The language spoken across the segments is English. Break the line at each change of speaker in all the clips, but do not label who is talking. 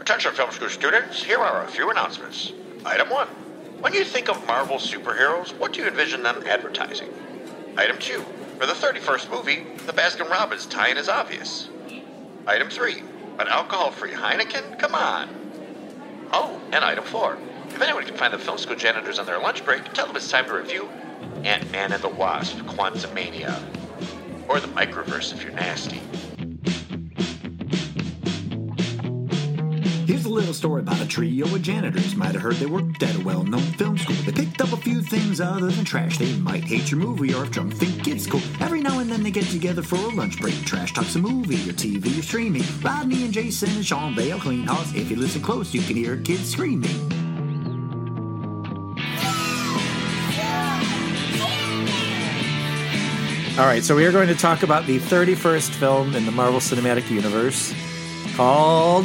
Attention, film school students, here are a few announcements. Item 1. When you think of Marvel superheroes, what do you envision them advertising? Item 2. For the 31st movie, the Baskin Robbins tie in is obvious. Item 3. An alcohol free Heineken? Come on. Oh, and item 4. If anyone can find the film school janitors on their lunch break, tell them it's time to review Ant Man and the Wasp, Quantumania. Or the Microverse if you're nasty.
Here's a little story about a trio of janitors. Might have heard they worked at a well known film school. They picked up a few things other than trash. They might hate your movie or if drunk think it's cool. Every now and then they get together for a lunch break. Trash talks a movie or TV or streaming. Rodney and Jason and Sean Bale clean house. If you listen close, you can hear kids screaming.
All right, so we are going to talk about the 31st film in the Marvel Cinematic Universe called,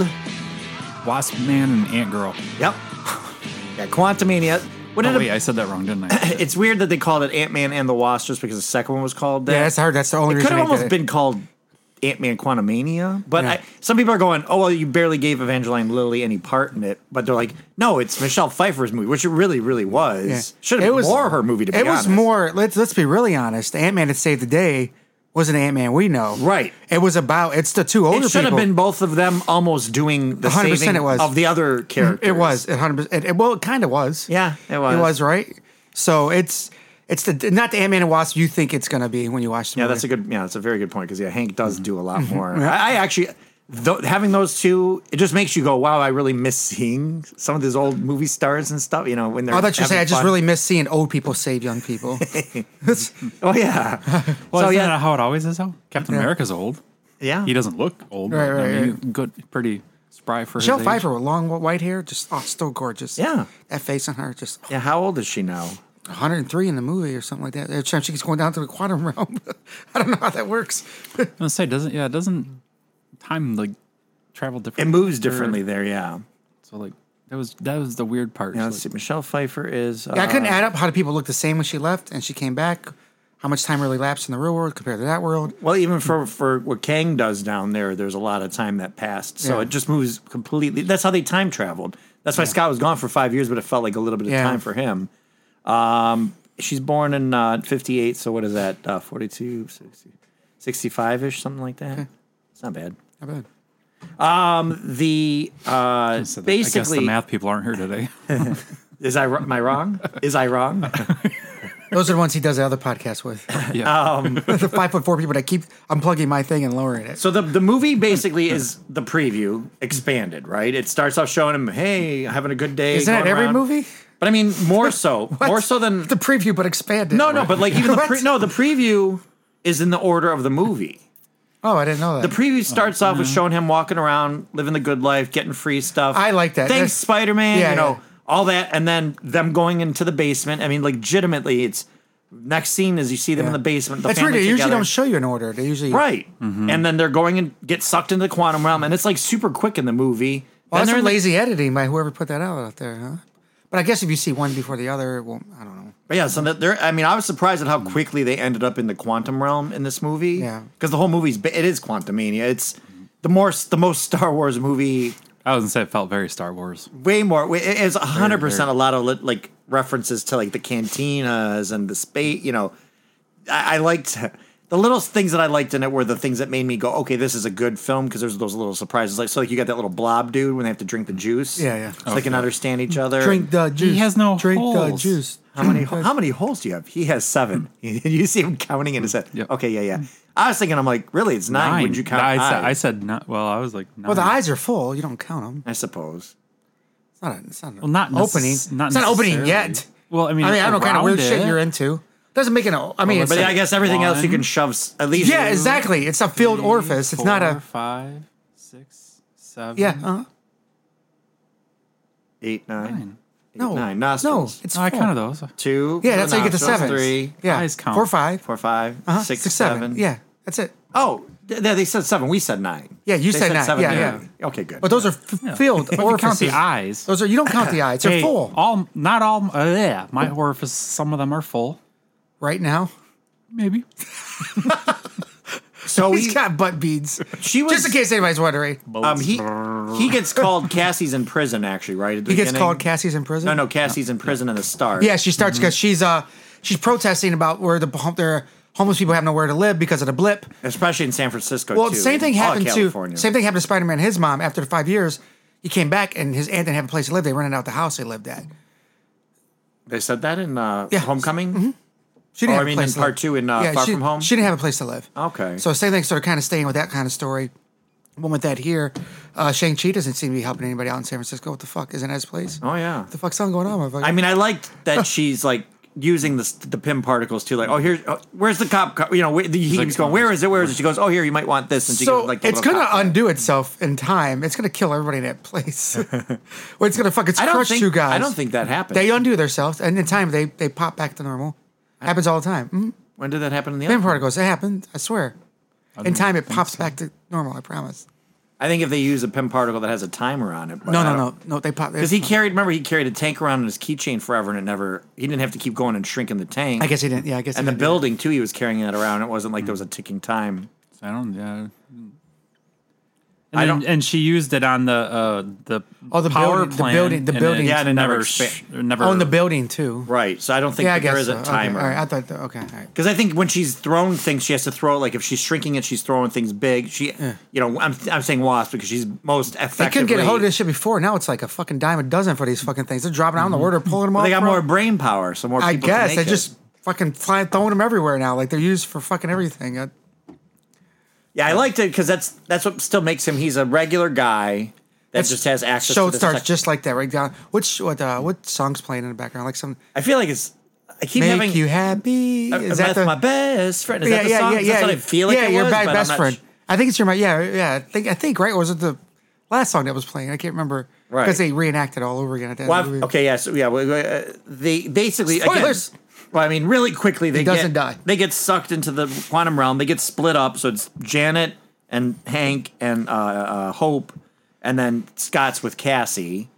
Wasp Man and Ant Girl.
yep, yeah, Quantumania. What
Oh,
did
wait, I said that wrong, didn't I?
it's weird that they called it Ant Man and the Wasp just because the second one was called that.
Yeah, that's hard. That's the only
It could
reason.
have
I
almost
did it.
been called Ant Man Quantumania, but
Yeah.
I, some people are going, "Oh well, you barely gave Evangeline Lilly any part in it," but they're like, "No, it's Michelle Pfeiffer's movie, which it really, really was.
Yeah.
Should have
It
been
was-
more her movie to be
It was
honest.
more. Let's let's be really honest. Ant Man that saved the day wasn't Ant Man we know.
Right.
It was about. It's the two older
It should have
people.
been both of them almost doing the
100%
saving
it was.
of the other characters.
It was. It hundred percent. it- Well, it kind of was.
Yeah, it was.
It was right. So it's it's the not the Ant Man and Wasp you think it's gonna be when you watch the
Yeah,
movie.
that's a good. Yeah, that's a very good point because yeah, Hank does
Mm-hmm.
do a lot more. I, I actually. Th- having those two, it just makes you go, "Wow, I really miss seeing some of these old movie stars and stuff." You know, when they're.
Oh, I thought you were saying I
having
just
fun.
really miss seeing old people save young people.
Oh yeah.
well,
so
isn't
yeah,
that how it always is, though? Captain America's old.
yeah.
He doesn't look old.
Oh. Right,
but,
right,
I mean, Good, pretty spry for
Michelle
his age.
Pfeiffer with long wh- white hair, just oh, still gorgeous.
Yeah.
that face on her, just
Yeah, how old is she now?
103 in the movie or something like that. Every time she keeps going down to the quantum realm. I don't know how that works.
I was gonna say, doesn't yeah, doesn't time like travel
It
differently?
moves differently there, yeah.
So like that was that was the weird part.
Now,
So,
let's
like,
see. Michelle Pfeiffer is. Uh,
Yeah, I couldn't add up how do people look the same when she left and she came back. How much time really lapsed in the real world compared to that world?
well, even for, for what Kang does down there, there's a lot of time that passed. So
Yeah.
it just moves completely. That's how they time traveled. That's why Scott was gone for five years, but it felt like a little bit of
Yeah.
time for him. Um, she's born in uh, 58, so what is that? Uh, 42, 60, 65 ish, something like that. It's not bad.
How bad?
The uh,
so the- I guess
basically
the math people aren't here today.
is I am I wrong? Is I wrong?
Those are the ones he does the other podcast with.
yeah,
the five foot four people that keep unplugging my thing and lowering it.
So the the movie basically is the preview expanded, right? It starts off showing him, hey, having a good day.
Isn't that
going
every
around.
movie?
But I mean, more so, more
What?
so than
the preview, but expanded.
no, no. But like even the
What?
pre- no, the preview is in the order of the movie.
Oh, I didn't know
The
that.
preview starts off with showing him walking around, living the good life, getting free stuff.
Mm-hmm. I like that.
Thanks,
That's-
Spider Man.
Yeah,
you know
yeah.
all that, and then them going into the basement. I mean, legitimately, it's next scene is you see them in the basement. The
That's weird. They
family
usually Mm-hmm.
together.
don't show you an order. They usually
Right. And then they're going and get sucked into the quantum realm, and it's like super quick in the movie.
Well,
Then
that's
they're
some
in the-
lazy editing by whoever put that out out there, huh? But I guess if you see one before the other, well, I don't know.
but yeah, so that they're. I mean, I was surprised at how quickly they ended up in the quantum realm in this movie.
Yeah.
Because the whole movie's ba- it is Quantumania. It's the more the most Star Wars movie.
I was gonna say it felt very Star Wars.
Way more. It is hundred percent a lot of li- like references to like the cantinas and the space. You know, I, I liked. The little things that I liked in it were the things that made me go, okay, this is a good film because there's those little surprises. Like, so like you got that little blob dude when they have to drink the juice.
Yeah, yeah.
So they can understand each other.
Drink the juice.
has no
Drink the
holes.
juice.
How many how many holes do you have? He has seven. you see him counting in his head.
Yep.
Okay, yeah, yeah. I was thinking, I'm like, really, it's nine. Would you count?
I, said, I
eyes?
said not. Well, I was like, nine.
Well, the eyes are full. You don't count them.
I suppose.
It's not. A, it's not. A
Well, not necess-
opening.
not
it's not opening
necessarily.
yet.
Well, I mean,
I mean, I don't know what kind of weird
around
shit
it.
you're into. Doesn't make an. o- I mean,
Well,
it's
But
let's
yeah,
like-
I guess everything else you
One,
can shove s- at least.
yeah, exactly. It's a filled orifice. It's not
Four,
a.
five, six, seven.
Yeah. Uh,
Eight, nine,
Nine.
eight,
no.
nine.
no.
Nostrils.
It's
No, I
full.
counted those.
two.
Yeah, that's how you get the
nostrils,
seven.
Three,
Yeah.
Eyes count.
Four, five,
four, five,
uh-huh,
six,
six,
seven.
seven. Yeah, that's it.
Oh, th- yeah, they said seven. We said nine.
Yeah, you
They
said nine.
seven.
Yeah, yeah.
Okay, good.
But those are f- filled
But if you count
orifices.
the eyes.
Those are. You don't count the eyes. They're
Hey,
full
All not all. Uh, yeah, my orifice. Some of them are full.
right now.
Maybe.
So
He's
he-
got butt beads.
Oh, She was-
just in case anybody's wondering.
Um, he he gets called Cassie's in prison. Actually, right? At the
He gets
beginning?
called Cassie's in prison.
No, Mm-hmm. no, Cassie's in prison in the start.
Yeah, she starts because she's uh she's protesting about where the their homeless people have nowhere to live because of the blip.
especially in San Francisco.
Well,
too,
the same thing
all of
happened to
California.
same thing happened to Spider Man. His mom after the five years, he came back and his aunt didn't have a place to live. They rented out the house they lived at.
They said that in uh,
Yeah. Mm-hmm.
Homecoming.
She didn't
Oh, I
have
mean,
a place
in
to
part
live.
two in, uh, Far
she,
From Home?
She didn't have a place to live.
Okay.
So same thing, sort of kind of staying with that kind of story. One with that here, uh, Shang Chi doesn't seem to be helping anybody out in San Francisco. What the fuck isn't that his place?
Oh yeah.
What the fuck's something going on? motherfucker?
I mean, I liked that she's like using the the pin particles too. Like, oh, here's oh, where's the cop car? You know, wh- he
like,
keeps going. Where is it? Where is it? She goes, oh, here you might want this. And she
so
gives, like the
it's
little
gonna
cop car.
undo itself in time. It's gonna kill everybody in that place. or it's gonna fucking
I don't
crush
think
two guys.
I don't think that happened.
they undo themselves, and in time they they pop back to normal. Happens all the time. Mm-hmm.
when did that happen in the
Pin
other?
particles. It happened. I swear. in time, it pops back to normal. I promise.
I think if they use a pin particle that has a timer on it. but
No,
I
no,
don't-
no, no. They pop
Because he carried, remember, he carried a tank around in his keychain forever, and it never. He didn't have to keep going and shrinking the tank.
I guess he didn't. Yeah, I guess.
And the
he didn't do that.
building too, he was carrying that around. It wasn't like there was a ticking time.
I don't. Yeah. And
I
I
don't-
don't. And she used it on the uh, the
Oh, the
power
building- the
plant.
building- the
and
building.
It
Yeah,
and it never
never.
expa-
sh- never.
Oh, in the building too.
Right. So I don't think
Yeah, I
that there
guess
is
so.
a
Okay,
timer.
all right, I thought. that- okay, all right.
Because I think when she's throwing things, she has to throw like if she's shrinking it, she's throwing things big. She, you know, I'm I'm saying wasp because she's most effectively.
They couldn't get a hold of this shit before. Now it's like a fucking dime a dozen for these fucking things. They're dropping out on the word or pulling them off.
Mm-hmm. They got
bro.
more brain power, so more. People
I guess
can
they
make it.
just fucking flying throwing them everywhere now. Like they're used for fucking everything. Uh,
Yeah, I liked it because that's that's what still makes him. He's a regular guy that just has access.
So
to
it
the
starts
sec-
just like that right down. Which what uh, what song's playing in the background? Like some
I feel like it's. I keep
make
having.
you happy.
is that my best friend? Is
yeah,
that the
yeah,
song?
yeah,
'Cause
yeah.
That's what I feel like
yeah,
it
your
was,
ba-
but I'm
best
not
friend.
sh-
I think it's your yeah yeah. I think I think right or was it the last song that was playing? I can't remember
Right.
because they reenacted all over again at the end.
Well,
of the
I've-
movie.
okay, yeah, so yeah, well, uh, they basically again-
Spoilers!
well, I mean, really quickly, they
doesn't
get,
die.
They get sucked into the quantum realm. They get split up. So it's Janet and Hank and uh, uh, Hope, and then Scott's with Cassie,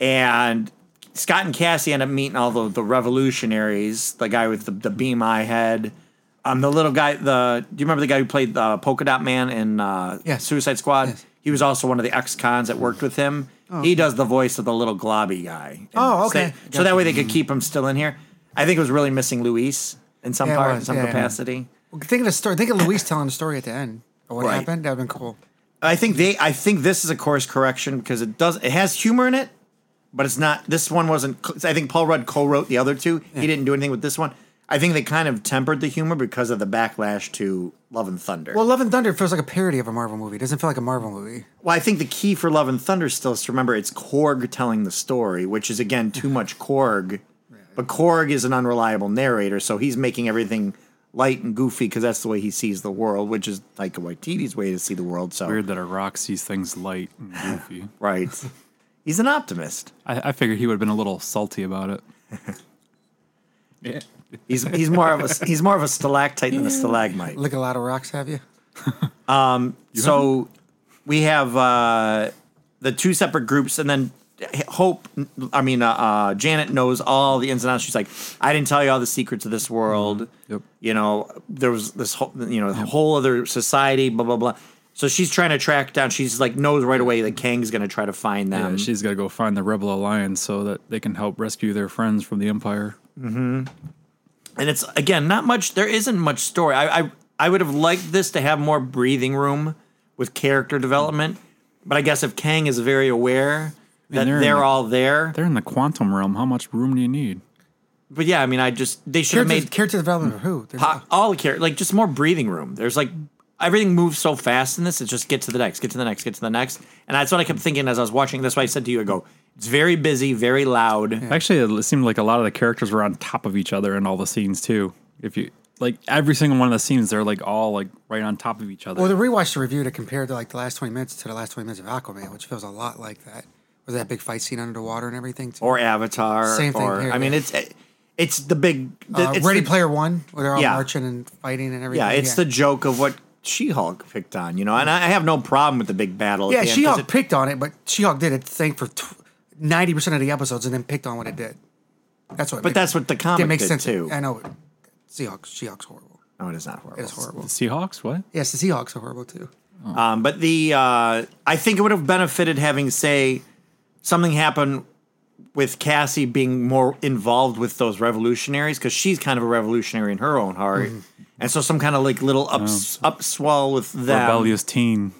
and Scott and Cassie end up meeting all the, the revolutionaries. The guy with the, the beam eye head. Um, the little guy. The do you remember the guy who played the polka dot man in uh,
Yes.
Suicide Squad?
Yes.
He was also one of the ex cons that worked with him. He does the voice of the little globby guy.
Oh,
So-
okay.
So, that way they could keep him still in here. I think it was really missing Luis in some
Yeah, it
part, in
was.
some
Yeah, yeah.
capacity.
Well, think of the story. Think of Luis telling the story at the end. Or what
Right.
happened? That would have been cool.
I think they. I think this is a course correction because it does. It has humor in it, but it's not. This one wasn't. I think Paul Rudd co-wrote the other two. He didn't do anything with this one. I think they kind of tempered the humor because of the backlash to Love and Thunder.
Well, Love and Thunder feels like a parody of a Marvel movie. It doesn't feel like a Marvel movie.
Well, I think the key for Love and Thunder still is to remember it's Korg telling the story, which is again too much Korg. But Korg is an unreliable narrator, so he's making everything light and goofy because that's the way he sees the world, which is Taika Waititi's way to see the world. So
Weird that a rock sees things light and goofy.
right, he's an optimist.
I, I figured he would have been a little salty about it.
He's he's more of a he's more of a stalactite than a stalagmite.
Lick a lot of rocks, have you?
so we have uh, the two separate groups, and then Hope. I mean, uh, uh, Janet knows all the ins and outs. She's like, I didn't tell you all the secrets of this world.
Mm-hmm. Yep.
You know, there was this whole, you know, whole other society. Blah blah blah. So she's trying to track down. She's like knows right away that Kang's going to try to find
Yeah,
them.
she's got to go find the Rebel Alliance so that they can help rescue their friends from the Empire.
and it's again not much there isn't much story I, I i would have liked this to have more breathing room with character development but i guess if kang is very aware that
they're
they're,
in the-
all there
They're in the quantum realm. How much room do you need?
but yeah i mean i just they should have
Character,
made
character development for who? There's-
po- all the character like just more breathing room there's like everything moves so fast in this it's just get to the next get to the next get to the next and that's what i kept thinking as i was watching that's why i said to you i go it's very busy very loud
Actually, it seemed like a lot of the characters were on top of each other in all the scenes too. If you like every single one of the scenes, they're like all like right on top of each other.
Well, the rewatch the review to compare to like the last 20 minutes to the last 20 minutes of Aquaman, which feels a lot like that. Was that big fight scene under the water and everything? Too.
or avatar
Same thing
or
here,
i mean
yeah.
it's it's the big
uh,
it's
Ready
the-
Player One, where they're all
Yeah.
marching and fighting and everything.
Yeah, it's the joke of what She-Hulk picked on, you know, and I I have no problem with the big battle. at
yeah.
the end,
She
'cause
Hulk picked on it, but She Hulk did its thing for ninety percent of the episodes, and then picked on what it did. That's what.
But that's what the comic
it makes
did
sense.
too.
I know. She Hulk. She Hulk's horrible.
No, it is not horrible.
It is horrible.
Seahawks? What?
Yes, the Seahawks are horrible too.
Um, but the uh, I think it would have benefited having say something happen with Cassie being more involved with those revolutionaries because she's kind of a revolutionary in her own heart, and so some kind of like little ups, upswell with them.
Rebellious teen.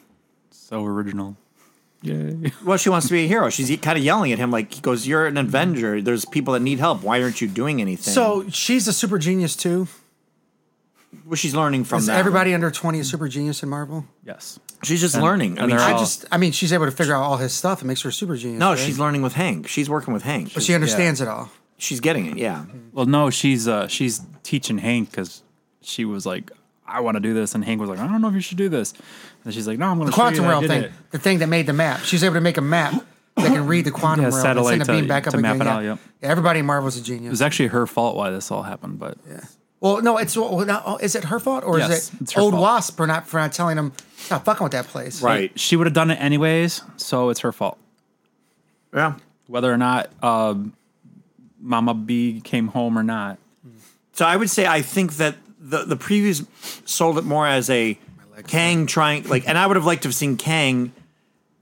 So original. Yay.
Well, she wants to be a hero. She's kind of yelling at him like he goes, "You're an Avenger. There's people that need help. Why aren't you doing anything?"
So she's a super genius too.
well, she's learning from
Is
that.
everybody under twenty a super genius in Marvel?
Yes.
She's just learning. I
and
mean,
they're
she
I
all-
just
just, I mean, she's able to figure out all his stuff. It makes her a super genius.
no,
right?
she's learning with Hank. She's working with Hank.
But she understands it all.
She's getting it. Yeah.
Well, no, she's uh, she's teaching Hank because she was like, I want to do this, and Hank was like, I don't know if you should do this, and she's like, No, I'm going to
Quantum
you I
realm
did
thing,
it."
the thing that made the map. She's able to make a map that can read the quantum
Yeah,
realm
satellite
and send a beam
to-
back up
to map
again.
it
yeah.
out, yep.
Yeah, everybody in Marvel's a
It
genius.
was actually her fault why this all happened, but
Well, no, it's well, not, oh, is it her fault or
Yes,
is
it's
it
her
old
fault.
Wasp for not for not telling him not fucking with that place?
Right.
she would have done it anyways, so it's her fault.
Yeah.
Whether or not uh, Mama B came home or not,
So I would say I think that the the previews sold it more as a Kang trying like, and I would have liked to have seen Kang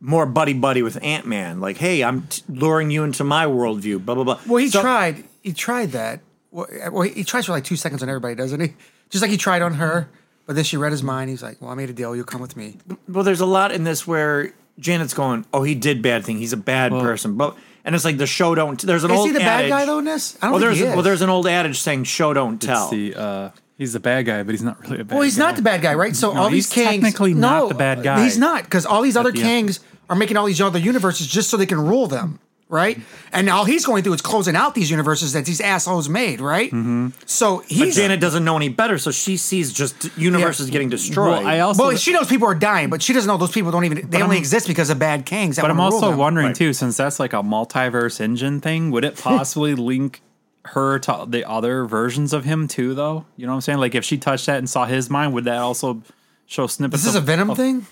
more buddy buddy with Ant Man. Like, hey, I'm t- luring you into my worldview. Blah blah blah.
Well, he
So-
tried. He tried that. Well, uh, well, he tries for like two seconds on everybody, doesn't he? Just like he tried on her, but then she read his mind. He's like, "Well, I made a deal. You'll come with me."
Well, there's a lot in this where Janet's going, oh, he did bad thing. He's a bad person. But and it's like the show don't. There's an
Is
old
he the bad
adage,
guy though in this? I don't
Well,
think
there's
he is.
well, there's an old adage saying show don't tell.
it's the uh, he's the bad guy, but he's not really a bad.
Well, he's
guy.
not the bad guy, right? So all these
he's
Kangs,
technically
no,
not the bad guy.
He's not because all these other
the end.
Kangs are making all these other universes just so they can rule them, right? And all he's going through is closing out these universes that these assholes made, right?
Mm-hmm.
So
but
he's
Janet doesn't know any better, so she sees just universes getting destroyed.
Well, I also
well, she knows people are dying, but she doesn't know those people don't even they only exist because of bad Kangs. That
But I'm
wanna rule
also
them.
wondering
Right.
too, since that's like a multiverse engine thing, would it possibly link her to the other versions of him too? Though you know what I'm saying, like if she touched that and saw his mind, would that also show snippets?
Is this a
of-
Venom
of-
thing?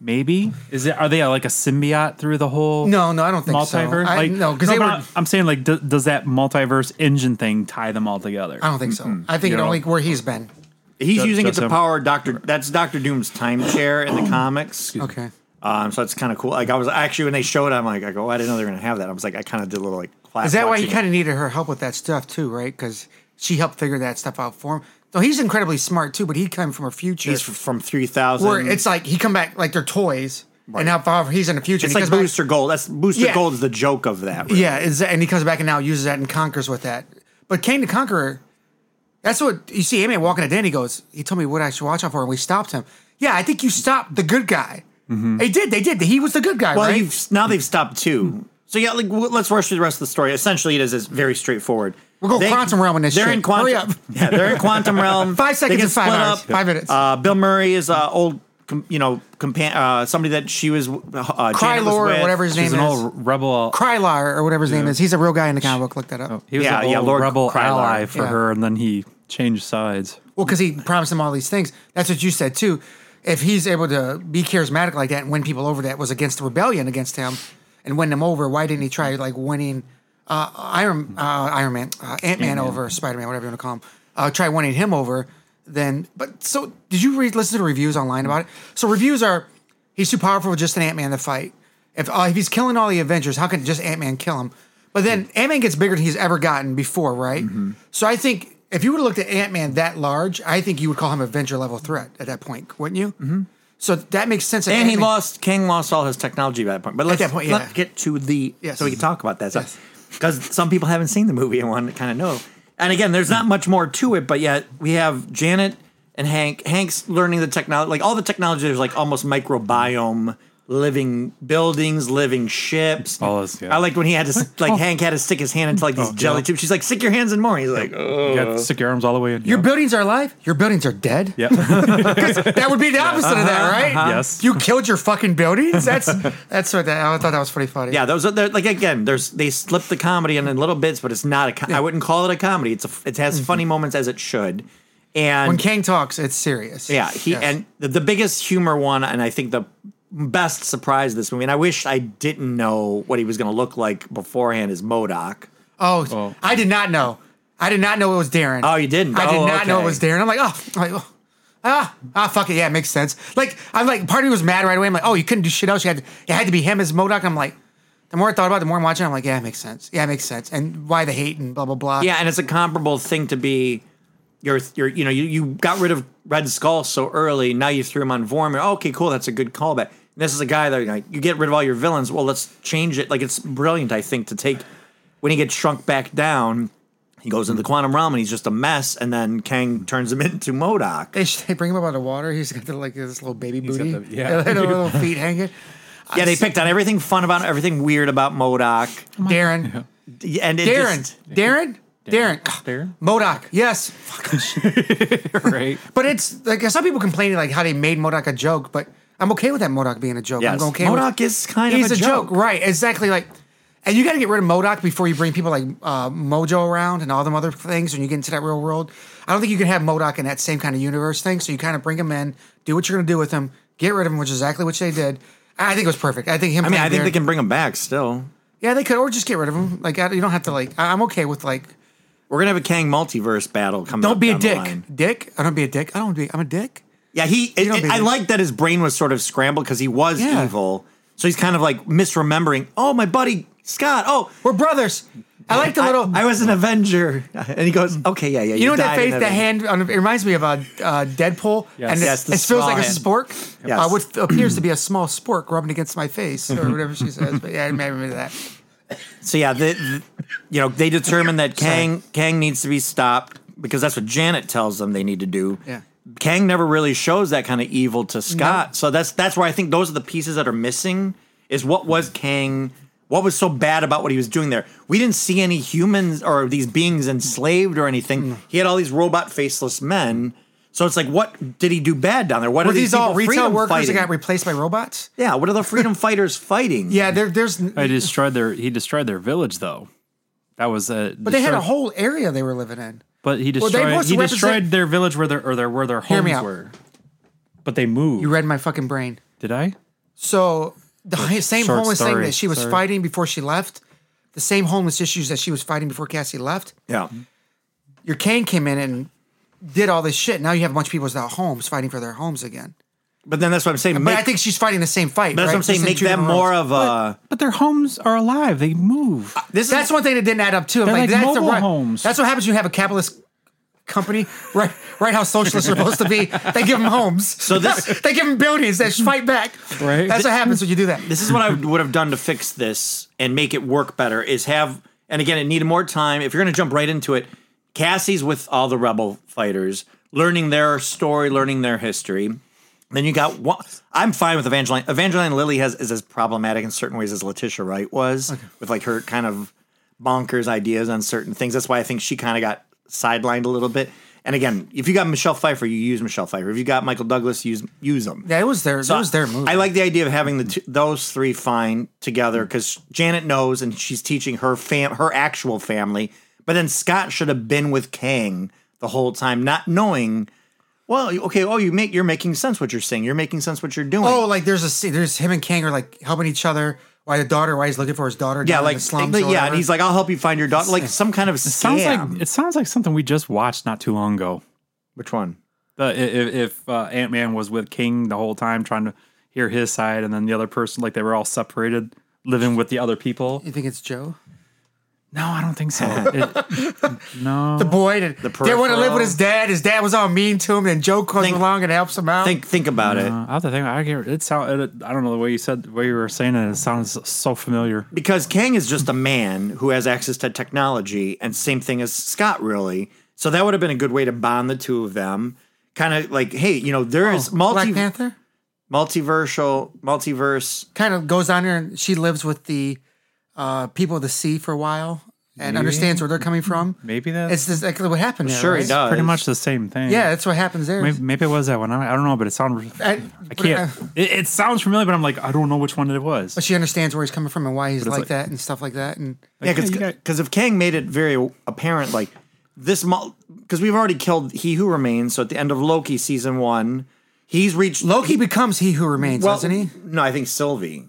Maybe is it? Are they like a symbiote through the whole?
No, no, I don't think so.
multiverse.
I-
Like,
no, 'cause they
but
were-
I'm- I'm saying like, do, does that multiverse engine thing tie them all together?
I don't think so. I think it
You know?
only where he's been.
He's
Ju-
using it
just
to
him.
power Doctor. That's Doctor Doom's time chair in the comics.
Okay.
Um, so that's kind of cool. Like I was actually when they showed, it, I'm like, I go, oh, I didn't know they were gonna have that. I was like, I kind of did a little like.
Is that why he kind of needed her help with that stuff too, right? Because she helped figure that stuff out for him. So he's incredibly smart too, but he came from a future
He's f- from three thousand.
where it's like he come back like they're toys, and now however he's in the future.
It's like
and he comes back-
Booster Gold. That's Booster
Yeah.
Gold is the joke of that. really.
yeah, is and he comes back and now uses that and conquers with that. But Kane the Conqueror, that's what you see. Ant-Man walking at Dan. He goes, he told me what I should watch out for, and we stopped him. Yeah, I think you stopped the good guy. They did. They did. He was the good guy,
Mm-hmm. Well,
right? Hmm.
you've, now they've stopped two. So yeah, like w- let's rush through the rest of the story. Essentially, it is, is very straightforward.
We're going quantum realm in this
They're
shit.
in quantum.
Hurry up.
Yeah, they're in quantum realm.
Five seconds
They get
and five
split
hours.
up.
Five minutes.
Uh, Bill Murray is uh, old, com- you know, compa- uh, somebody that she was uh, Janet was
Krylor
with.
or whatever his
She's
name
an
is.
old rebel.
Krylar or whatever his name is. He's a real guy in the comic book. Look that up.
He was
Yeah,
an
yeah,
old
Lord
rebel
Krylar.
ally for
Yeah.
her, and then he changed sides.
Well, because he promised him all these things. That's what you said too. If he's able to be charismatic like that and win people over, that was against the rebellion against him, and win them over. Why didn't he try like winning uh, Iron uh, Iron Man, uh, Ant Man over Spider Man, whatever you want to call him? Uh, try winning him over. Then, but so did you read? Listen to the reviews online about it. So reviews are he's too powerful with just an Ant Man to fight. If uh, if he's killing all the Avengers, how can just Ant Man kill him? But then Ant Man gets bigger than he's ever gotten before, right?
Mm-hmm.
So I think if you would have looked at Ant Man that large, I think you would call him Avenger level threat at that point, wouldn't you? Mm-hmm. So that makes sense. that
And he
Ant-Man-
lost. King lost all his technology by that point. But let's,
that point,
let's
yeah.
get to the
Yes.
so we can talk about that stuff because some people haven't seen the movie and want to kind of know. And again, there's not much more to it, but yet we have Janet and Hank. Hank's learning the technology, like all the technology. There's like almost microbiome, living buildings, living ships.
All this, yeah. Oh,
I like when he had to s-
Oh.
like Hank had to stick his hand into like these jelly tubes. She's like, "Stick your hands in more." He's like, "Oh,
You got to stick your arms all the way in.
Your buildings are alive. Your buildings are dead.
Yep. Yep.
That would be the opposite of that,
Uh-huh.
right?
Yes.
You killed your fucking buildings. That's that's what that, I thought that was pretty funny.
Yeah, those are they're- like again. There's they slip the comedy in, in little bits, but it's not a. Com- I wouldn't call it a comedy. It's a. It has funny moments as it should, and
When Kang talks, it's serious.
yeah, he
Yes.
and the, the biggest humor one, and I think the best surprise of this movie. And I wish I didn't know what he was going to look like beforehand. Is Modoc?
Oh, I did not know. I did not know it was Darren.
Oh, you didn't?
I did
Oh,
not know it
okay.
was Darren. I'm like, oh, I'm like, oh, ah, ah, fuck it. Yeah, it makes sense. Like, I'm like, part of me was mad right away. I'm like, oh, you couldn't do shit else. You had to, it had to be him as Modoc. I'm like, the more I thought about it, the more I'm watching. I'm like, yeah, it makes sense. Yeah, it makes sense. And why the hate and blah blah blah.
Yeah, and it's a comparable thing to be. You're, you're, you know, you, you got rid of Red Skull so early. Now you threw him on Vormir. Oh, okay, cool. That's a good callback. And this is a guy that you, know, you get rid of all your villains. Well, let's change it. Like it's brilliant, I think, to take when he gets shrunk back down. He goes into the quantum realm and he's just a mess. And then Kang turns him into Modoc.
They, should, they bring him up out of water. He's got the, like this little baby booty.
got the- yeah.
the little feet hanging.
Yeah, they picked on everything fun about everything weird about Modoc.
Darren.
And it
Darren.
just-
Darren. Darren.
Darren?
Modoc. Yes.
right?
But it's like some people complain like how they made Modoc a joke, but I'm okay with that Modoc being a joke.
Yes.
I'm okay
MODOK is kind of
he's
a joke.
right? Exactly. Like, and you got to get rid of Modoc before you bring people like uh, Mojo around and all them other things. When you get into that real world, I don't think you can have Modoc in that same kind of universe thing. So you kind of bring him in, do what you're going to do with him, get rid of him, which is exactly what they did. I think it was perfect. I think him.
I mean, I think
there,
they can bring him back still.
Yeah, they could, or just get rid of him. Like, I, you don't have to. Like, I- I'm okay with like.
We're gonna have a Kang multiverse battle coming.
Don't
up
be a
down the
dick,
line.
dick. I don't be a dick. I don't be. I'm a dick.
Yeah, he. It,
don't
it-
be a
I
dick.
like that his brain was sort of scrambled because he was
Yeah.
evil. So he's kind of like misremembering. Oh, my buddy Scott. Oh,
We're brothers. I like the
I,
little.
I was an Avenger, and he goes, "Okay, yeah, yeah."
You, know that
died in
face, that
Avenger."
hand. On, it reminds me of a uh, Deadpool,
Yes.
and it-
Yes, the
it feels
small
like a
hand.
spork,
Yes.
uh, what appears to be a small spork rubbing against my face or whatever she says. But yeah, I remember that.
So yeah, the, the- you know they determine that Kang Kang needs to be stopped because that's what Janet tells them they need to do.
Yeah.
Kang never really shows that kind of evil to Scott. So that's that's where I think those are the pieces that are missing is what was Kang what was so bad about what he was doing there? We didn't see any humans or these beings enslaved or anything. He had all these robot faceless men. So it's like what did he do bad down there? What
Were
are these,
these all
people
retail
freedom
workers
fighting?
that got replaced by robots?
yeah, what are the freedom fighters fighting?
Yeah, there, there's.
I destroyed their. He destroyed their village, though. That was a.
But they had a whole area they were living in.
But he
they
destroyed.
must
he
represent-
destroyed their village where their or their where their
Hear me
homes
out.
were. But they moved.
You read my fucking brain.
Did I?
So the same
short
homeless thing
story,
that she was
sorry.
fighting before she left, the same homeless issues that she was fighting before Cassie left.
Yeah.
your Kane came in and did all this shit. Now you have a bunch of people without homes fighting for their homes again.
But then that's what I'm saying.
But
make-
I think she's fighting the same fight.
that's
right?
what I'm saying.
Just in
Make
two
that
different
more
worlds.
of a
But their homes are alive. They
Uh,
move.
this
That's one thing that didn't add up too.
They're like
that's the
mobile
right-
homes.
That's what happens when you have a capitalist company, right? Right? How socialists are supposed to be. They give them homes. So
this-
they give them buildings. They fight back.
Right.
That's what happens when you do that.
this is what I would have done to fix this and make it work better is have and again it needed more time. If you're going to jump right into it, Cassie's with all the rebel fighters, learning their story, learning their history. Then you got one. I'm fine with Evangeline. Evangeline Lilly has is as problematic in certain ways as Letitia Wright was with like her kind of bonkers ideas on certain things. That's why I think she kind of got sidelined a little bit. And again, if you got Michelle Pfeiffer, you use Michelle Pfeiffer. If you got Michael Douglas, use use them.
Yeah, it was their.
So
it was their movie.
I like the idea of having the two, those three fine together because Janet knows and she's teaching her fam her actual family. But then Scott should have been with Kang the whole time, not knowing. Well, okay. Oh, you make you're making sense what you're saying. You're making sense what you're doing.
Oh, like there's a scene- there's him and Kang are like helping each other. Why the daughter? Why he's looking for his daughter?
yeah,
down
like
in the uh, slums. or
yeah.
whatever.
And he's like, I'll help you find your daughter. Like some kind of scam.
Sounds like it sounds like something we just watched not too long ago.
which one?
The, i- if if uh, Ant Man was with King the whole time, trying to hear his side, and then the other person, like they were all separated, living with the other people.
you think it's Joe?
No, I don't think so. It- no,
the boy that the didn't want to live
peripheral.
with his dad. His dad was all mean to him, and Joe comes
Think-
along and helps him out.
Think think about it.
Uh, I have to think. I can't, it sound. It, I don't know the way you said the way you were saying it. It sounds so familiar.
because Kang is just a man who has access to technology, and same thing as Scott, really. So that would have been a good way to bond the two of them. Kind of like, hey, you know, there is
Oh, Black
multi
Panther
multiversal multiverse.
kind of goes on there, and she lives with the uh, people of the sea for a while and understands where they're coming from.
Maybe that's
It's exactly what happened. There,
Sure, he
right?
does.
pretty much the same thing.
Yeah, that's what happens there.
Maybe, maybe it was that one. I, I don't know, but it sounds. I,
I-
can't. It, it sounds familiar, but I'm like, I don't know which one it was.
uh, But she understands where he's coming from and why he's like,
like-
that and stuff like that. And
Yeah, because
yeah, you got-
if Kang made it very apparent, like this, because we've already killed He Who Remains. So at the end of Loki season one, he's reached
Loki becomes he who remains,
well,
doesn't he?
No, I think Sylvie.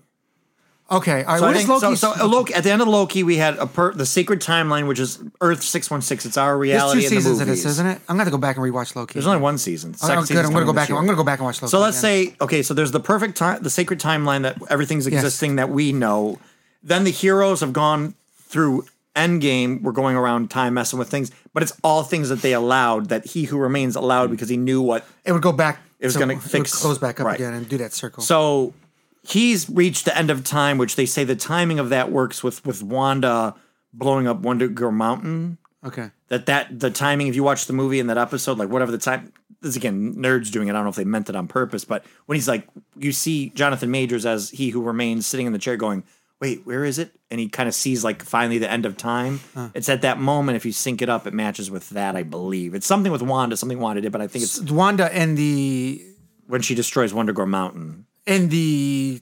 Okay. All right.
So, I
what is
think, so,
Loki's?
so uh, Loki, at the end of Loki, we had a per, the secret timeline, which is Earth six one six. It's our
there's
reality.
two seasons
in
of
the
this,
movies.
isn't it? I'm gonna have to go back and rewatch Loki.
There's only one season.
Oh,
Second
good. I'm
season's
gonna go
coming
back.
this year.
I'm gonna go back and watch Loki.
So let's
again.
say okay, so there's the perfect time, the sacred timeline that everything's existing that we know. Then the heroes have gone through Endgame. We're going around time messing with things, but it's all things that they allowed that He Who Remains
Mm.
allowed because he knew what.
it would go back.
It was
to-
gonna
would
fix-
close back up
right.
again and do that circle.
So he's reached the end of time, which they say the timing of that works with with Wanda blowing up Wonder Girl Mountain.
okay.
That that the timing, if you watch the movie in that episode, like whatever the time. This is, again, nerds doing it. I don't know if they meant it on purpose, but when he's like, you see Jonathan Majors as he who remains sitting in the chair, going, "Wait, where is it?" And he kind of sees like finally the end of time. It's at that moment. If you sync it up, it matches with that. I believe it's something with Wanda, something Wanda did, but I think it's
Wanda and the
when she destroys Wondergore Mountain,
and the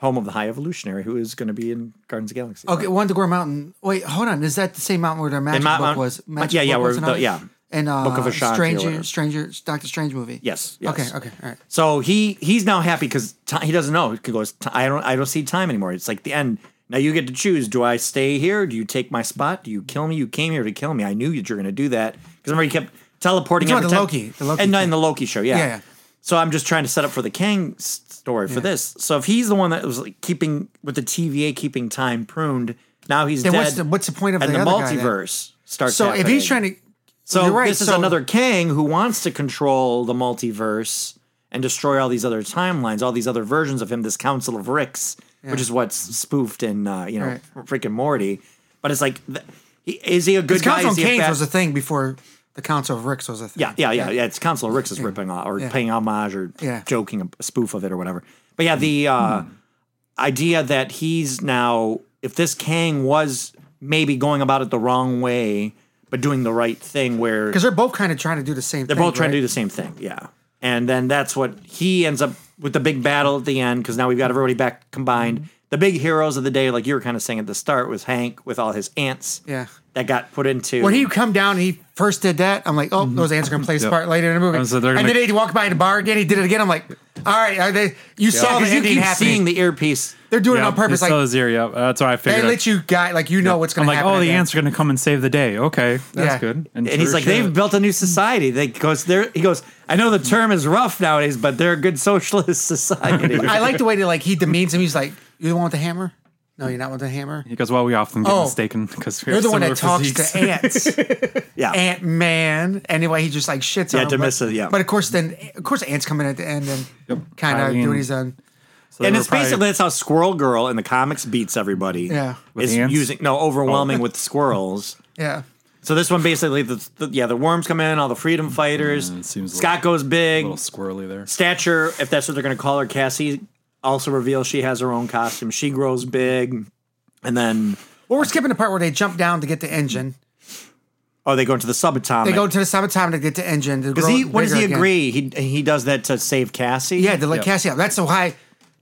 home of the High Evolutionary, who is going to be in Guardians of the Galaxy.
okay Wanda Gore Mountain. Wait, hold on. Is that the same mountain where the magic
Mount-
book
Mount-
was?
uh, yeah, yeah,
book
where
was and
the-
all that?
yeah.
And uh,
Book of Ashanti or
Stranger,
whatever.
Stranger, Doctor Strange movie.
Yes, yes.
Okay. Okay. All right.
So he he's now happy because he doesn't know. He goes, "Ti- I don't I don't see time anymore. It's like the end. Now you get to choose. Do I stay here? Do you take my spot? Do you kill me? You came here to kill me. I knew that you're going to do that because remember he kept teleporting.
You're
every
talking
time.
about the Loki- the Loki
and not
thing.
in the Loki show. Yeah.
Yeah, yeah.
So I'm just trying to set up for the Kang s- story for this. So if he's the one that was like keeping with the TVA keeping time pruned, now he's
Then
dead.
what's the- what's the point of
and
the
the,
other guy then?
multiverse starts?
So if
happening.
he's trying to,
So
you're right.
this is
so-
another Kang who wants to control the multiverse and destroy all these other timelines, all these other versions of him. This Council of Ricks, which is what's spoofed in uh, you know
Right.
Fr- freaking Morty. But it's like, th- he- is he a good
Because
guy?
Council
Is
of
he a
Canes
bad-
was a thing before the Council of Ricks was a thing.
yeah, yeah, yeah, yeah. It's Council of Ricks is ripping off or paying homage or
Yeah. Hmm.
joking a spoof of it or whatever. But yeah, the uh, idea that he's now, if this Kang was maybe going about it the wrong way, but doing the right thing, where
Because they're both kind of trying to do the same.
they're both trying to do the same thing. Yeah. And then that's what he ends up with the big battle at the end because now we've got everybody back combined. The big heroes of the day, like you were kind of saying at the start, was Hank with all his ants.
Yeah.
That got put into.
When he come down, and he first did that. I'm like, oh, those ants are gonna play his part later in the movie.
Mm-hmm. And
And,
so they're gonna-
then he walked by the bar again. He did it again. I'm like, all right, are they? You saw the
because you
ending
keep
happening.
seeing the earpiece.
they're doing
Yeah,
it on purpose.
It's still
Like
a zero. Yeah, that's why I
they
figured.
let you guy like you know what's
I'm
gonna
like,
happen.
oh, the
again.
ants are gonna come and save the day. Okay, that's
Yeah.
good.
And he's
sure
like,
shit.
they've built a new society. They goes there. He goes, I know the term is rough nowadays, but they're a good socialist society.
I like the way that like he demeans him. He's like, you the one with the hammer? No, you're not with the hammer.
He goes, well, we often get
Oh.
mistaken because
You're the one that talks
physiques.
to ants.
yeah.
Ant Man. Anyway, he just like shits
Yeah,
on him. but-
Demissa, yeah.
But of course, then of course, ants come in at the end and kind
I
of
mean-
do what he's done.
So they
and
were
it's
probably-
basically that's how Squirrel Girl in the comics beats everybody.
Yeah.
With
is
ants?
using no overwhelming with squirrels.
Yeah.
So this one basically, the, the yeah, the worms come in, all the freedom fighters.
Mm, it seems a
Scott
little-
goes big.
a little squirrely there.
Stature, if that's what they're going to call her, Cassie also reveals she has her own costume. She grows big, and then
Well, we're skipping the part where they jump down to get the engine.
oh, they go into the subatomic.
They go to the summer time to get the engine. to
Does
grow
he? What does
bigger
he
again.
agree? He he does that to save Cassie.
Yeah, to let Cassie out. That's so high.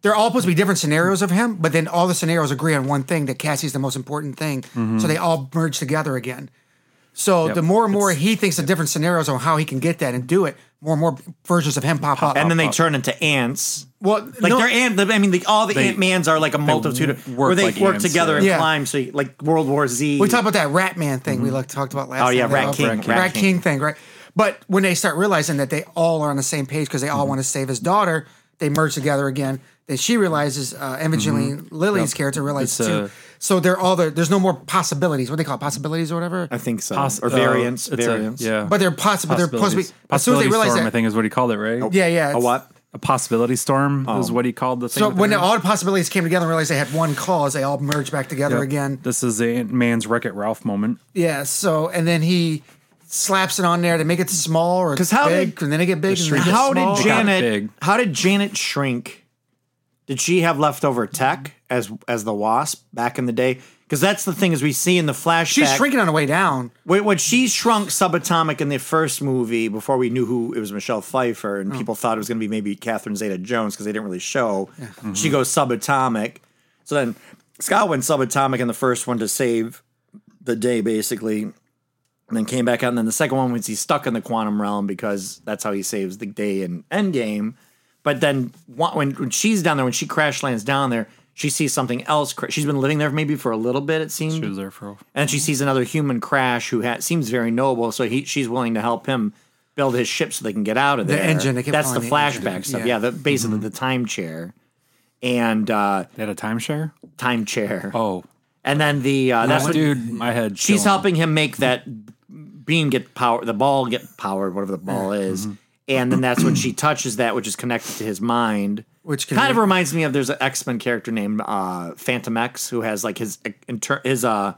They're all supposed to be different scenarios of him, but then all the scenarios agree on one thing that Cassie's the most important thing. So they all merge together again. So the more and more he thinks of different scenarios on how he can get that and do it, more and more versions of him pop up.
and
Uh,
then they turn into ants.
well,
Like
no,
they're ant. I mean, the, all the
They-
ant mans are like a multitude of
work
where they
like
work
ants,
together
yeah.
and
Yeah.
climb. So you- like World War Z.
We talked about that Rat Man thing we like talked about last.
Oh, yeah,
time,
Rat
that
King,
Rat,
Rat
King.
King.
thing, right? But when they start realizing that they all are on the same page because they
Mm-hmm.
all want to save his daughter, they merge together again. Then she realizes, uh, Evangeline
Mm-hmm.
Lily's character realizes
It's,
too.
uh,
so they're all there. There's no more possibilities. What do they call it? possibilities or whatever.
I think so.
Poss-
or
uh,
variants.
it's a-
variants.
yeah.
But they're possible. They're supposed to be. As soon as
possibility
they realize
storm.
that,
I think is what he called it, right?
yeah, yeah.
A
it's-
what?
A possibility storm is
Oh.
what he called the thing.
So
that they
when
were in.
all the possibilities came together and realized they had one cause, they all merged back together again.
this is a man's Wreck It Ralph moment.
Yeah. So and then he slaps it on there to make it small or
'Cause how
big,
did-
and then it get big. And then it
How
gets small.
did
It got
Janet?
big.
How did Janet shrink? Did she have leftover tech as as the Wasp back in the day? Because that's the thing is we see in the flashback.
She's shrinking on the way down.
When, when she shrunk subatomic in the first movie, before we knew who it was, Michelle Pfeiffer,
Oh.
and people thought it was going to be maybe Catherine Zeta-Jones because they didn't really show. Mm-hmm. She
Mm-hmm.
goes subatomic. So then Scott went subatomic in the first one to save the day, basically, and then came back out. And then the second one was he's stuck in the quantum realm because that's how he saves the day in Endgame. But then wa- when, when she's down there, when she crash lands down there, She sees something else. cra- She's been living there maybe for a little bit. It seems
She was there for.
and she sees another human crash who ha- seems very noble, so he she's willing to help him build his ship so they can get out of
The
there.
engine, they kept
That's the
calling the
flashback
engine.
stuff.
Yeah. Mm-hmm.
Yeah, the, basically the time chair and uh,
They had a timeshare.
time chair,
Oh,
and then the uh, that's
that
what
dude. My head.
she's
killing.
helping him make that beam get power, the ball get powered, whatever the ball is.
Mm-hmm.
And then that's when she touches that, which is connected to his mind.
Which can-
kind of reminds me of there's an X Men character named uh, Phantom X who has like his inter- his uh,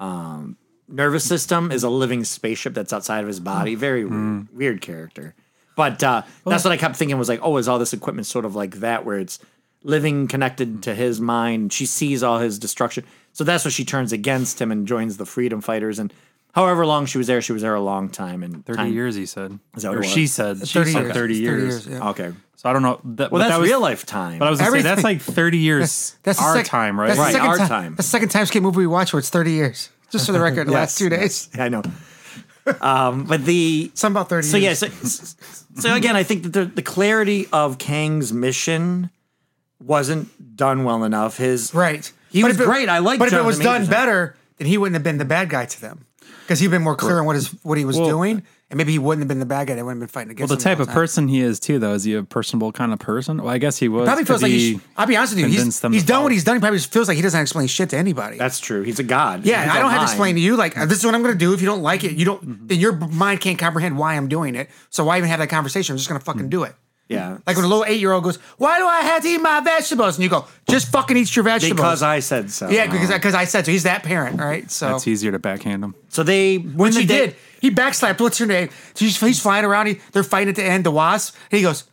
um, nervous system is a living spaceship that's outside of his body. Very weird, weird character. But uh, that's what I kept thinking was like, oh, is all this equipment sort of like that where it's living connected to his mind? She sees all his destruction. So that's what she turns against him and joins the freedom fighters. And however long she was there, she was there a long time. And
Thirty
time-
years, he said.
Is that what
or
it was?
she said. She
30
said
years.
thirty
It's
years.
30 years, yeah.
Okay.
So I don't know. That, but
Well, that's
that was,
real life time.
But I was gonna say that's
Everything-
like thirty years.
That's the
our
sec-
time, right?
That's the
Right,
second
our
time,
time.
That's the second time skate movie we watch where it's 30 years. Just for the record, the last two days.
I know. um, but the
Some about 30
so
years.
yes. so, so again, I think that the, the clarity of Kang's mission wasn't done well enough. His
Right.
He
But
was
if it-
great. I like.
But if it
Jonathan
was done
Majors.
better, then he wouldn't have been the bad guy to them. Because he'd been more clear on what his what he was doing. And maybe he wouldn't have been the bad guy. They wouldn't have been fighting against
Well, the
him
type
whole
of
time.
person he is too, though, is he a personable kind of person? Well, I guess he was.
Probably
to
feels like
be-
he sh- I'll be honest with you.
convince
He's,
them
he's
to
done
follow.
what he's done. He probably just feels like he doesn't explain shit to anybody.
That's true. He's a god.
Yeah,
He's
I don't have to
online.
explain to you. Like uh, this is what I'm going to do. If you don't like it, you don't.
Mm-hmm.
Then your b- mind can't comprehend why I'm doing it. So why even have that conversation? I'm just going to fucking do it.
Mm. Yeah.
Like when a little eight year old goes, "Why do I have to eat my vegetables?" and you go, "Just fucking eat your vegetables."
because I Oh. said so.
yeah, because because I said so. He's that parent, all right? So
That's easier to backhand him.
so they when
which
the
he
day-
did. He backslapped. What's her name? So he's, he's flying around. He, they're fighting at the end. The wasp. And he goes,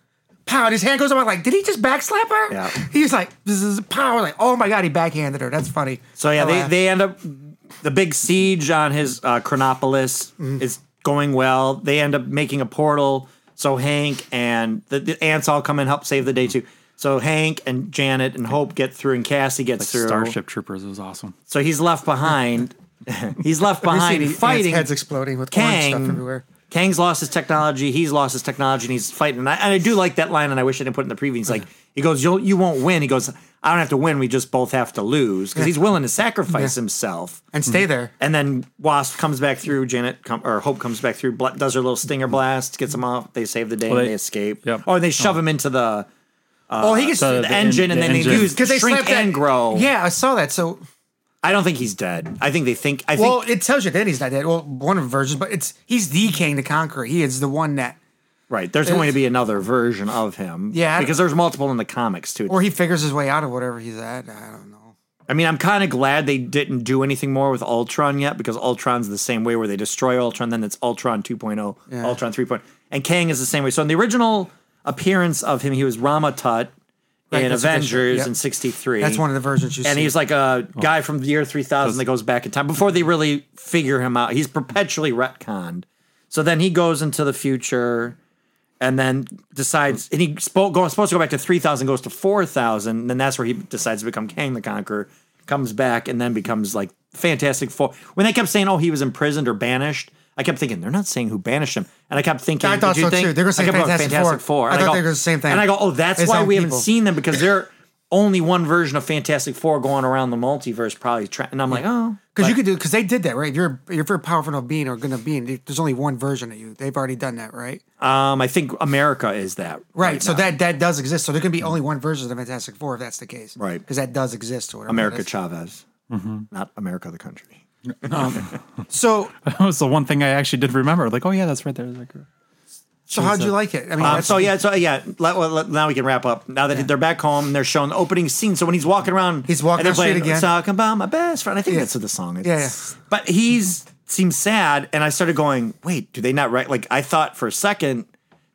"Pow!" and his hand goes up. I'm like, did he just backslap her?
Yeah.
He's like, "This is power." Like, oh my god, he backhanded her. That's funny.
So yeah,
I
they,
laughed.
they end up the big siege on his uh, Chronopolis
Mm-hmm.
is going well. They end up making a portal. So Hank and the, the ants all come and help save the day too. So Hank and Janet and Hope get through, and Cassie gets through.
Starship Troopers was awesome.
So he's left behind. he's left
Have you seen
behind
the-
fighting.
Ants' heads exploding with orange
Kang.
stuff everywhere.
Kang's lost his technology. He's lost his technology, and he's fighting. And I, and I do like that line, and I wish I didn't put it in the preview. He's like,
Uh-huh.
he goes, "You'll you won't win." He goes, "I don't have to win. We just both have to lose." Because he's willing to sacrifice himself.
and stay there.
And then Wasp comes back through. Janet com- or Hope comes back through. Bla- does her little stinger blast, gets them off. They save the day.
Well,
and
they-
they escape.
yep.
Or they shove him into the,
oh, he gets
so
the,
the en-
engine, and
the
then they
engine.
use
because they
Uh, shrink
slapped
and
that,
grow.
Yeah, I saw that. So
I don't think he's dead. I think they think. I
well,
think
it tells you that he's not dead. Well, one of the versions, but it's he's the king the conqueror. He is the one that,
right. There's going to be another version of him.
Yeah, I-
because there's multiple in the comics too.
or he figures his way out of whatever he's at. I don't know.
I mean, I'm kind of glad they didn't do anything more with Ultron yet because Ultron's the same way where they destroy Ultron, then it's Ultron 2.0, Ultron 3.0, and Kang is the same way. So in the original appearance of him, he was Rama Tut
Right,
in
that's what they
Avengers
said, yep.
in '63.
That's one of Oh. the versions you
and
see.
he's like a guy from the year 3000 that goes back in time before they really figure him out. He's perpetually retconned. So then he goes into the future and then decides, and he spoke, go, supposed to go back to 3000, goes to 4000. And then that's where he decides to become Kang the Conqueror, comes back, and then becomes like Fantastic Four. When they kept saying, oh, he was imprisoned or banished. I kept thinking they're not saying who banished him, and I kept thinking.
I thought
did you
so,
think-
too. They're gonna
I
say
kept
Fantastic Four.
Four.
I
And
thought
go-
they were the same thing.
And I go, oh, that's
His
why
own
we haven't
people.
seen them because they're only one version of Fantastic Four going around the multiverse, probably. Tra- and I'm like, oh,
Because you
But
could do because they did that right. If you're if you're a powerful enough being or gonna being, there's only one version of you. They've already done that, right?
um, I think America is that
Right. so
now.
that that does exist. So there can be only one version of the Fantastic Four if that's the case,
Right.
Because that does exist. Or whatever
America
that is.
Chavez, not America the country.
So
That was the one thing I actually did remember. Like, oh yeah, that's right there. Like,
so how'd you like it? I mean,
Um,
that's-
so yeah, so yeah. Let, well, let- now we can wrap up. Now that they're back home, they're showing the opening scene. So when he's walking around,
He's
and
walking
they're
down the street
playing,
again.
"Let's Talk about my best friend. I think
Yeah.
that's what the song is.
Yeah, yeah.
But he's seems sad, and I started going, "Wait, do they not write?" Like I thought for a second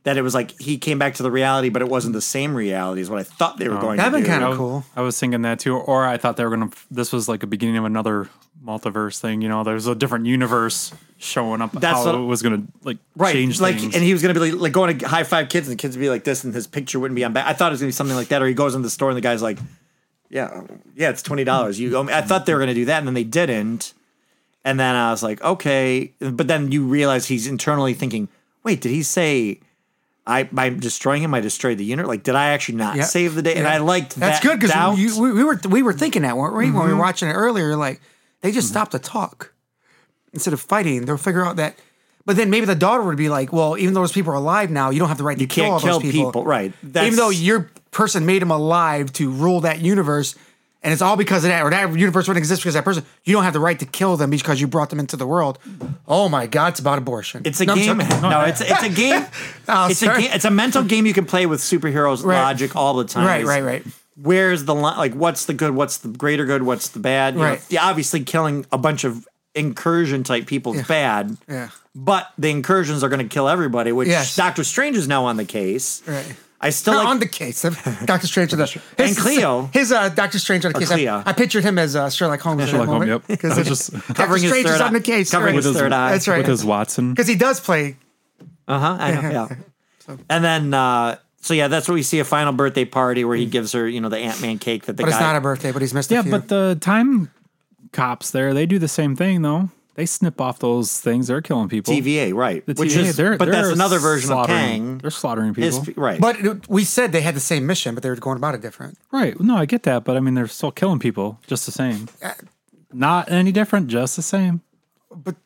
that it was like he came back to the reality, but it wasn't the same reality as what I thought they were going.
That'd
to
been
do.
Oh. kinda
I was-
cool.
I was thinking that too, or I thought they were gonna. This was like a beginning of another multiverse thing. You know, there's a different universe showing up.
That's
how
what-
it was gonna like
right.
change
like,
things.
and he was gonna be like, like going to high five kids, and the kids would be like this, and his picture wouldn't be on back. I thought it was gonna be something like that, or he goes in the store and the guy's like, "Yeah, yeah, it's twenty dollars." You, owe me." I thought they were gonna do that, and then they didn't. And then I was like, okay, but then you realize he's internally thinking, wait, did he say? I by destroying him, I destroyed the unit. Like, did I actually not
Yeah.
save the day? And
Yeah.
I liked
That's
that
good because
doubt. Mm-hmm.
we, we, we were we were thinking that, weren't we? When we were watching it earlier, like they just stopped to talk instead of fighting. They'll figure out that. But then maybe the daughter would be like, "Well, even though those people are alive now, you don't have the right to kill
can't
all
kill
those people,
people, right. That's-
even though your person made them alive to rule that universe, and it's all because of that, or that universe wouldn't exist because of that person. You don't have the right to kill them because you brought them into the world. Oh my God, it's about abortion.
It's a
No, I'm
game.
joking.
No, it's it's a game.
Oh,
it's a
sorry.
game, it's a mental game you can play with superheroes
Right.
logic all the time.
Right,
Is
right, right.
Where's the line? Like, what's the good? What's the greater good? What's the bad? You know,
Right.
yeah, obviously, killing a bunch of incursion type people is bad.
Yeah.
But the incursions are going to kill everybody, which
Yes.
Doctor Strange is now on the case.
Right.
I still like
on the case of Doctor Strange and, the,
And Cleo.
His uh, Doctor Strange on the case.
Cleo.
I, I pictured him as uh, Sherlock Holmes. in that
Sherlock Holmes,
moment,
yep.
'cause
I was
it-
just-
Doctor
covering his
Strange
third
is on
eye-
the case.
covering his
With his-
third eye.
That's right.
With his Watson.
Because he does play.
Uh huh. I know. Yeah. And then, uh, so yeah, that's what we see a final birthday party where he gives her, you know, the Ant Man cake that the
Mm. But
guy.
it's not a birthday. But he's missed.
Yeah,
a few.
but the time cops there, they do the same thing though. They snip off those things. They're killing people.
TVA, right?
The
Which
TVA,
is,
they're-
but that's
they're
another version of
slaughtering-
Kang.
They're slaughtering
His-
people.
right?
but it- we said they had the same mission, but they were going about it different.
Right. No, I get that, but I mean, they're still killing people just the same.
Uh,
Not any different, just the same.
But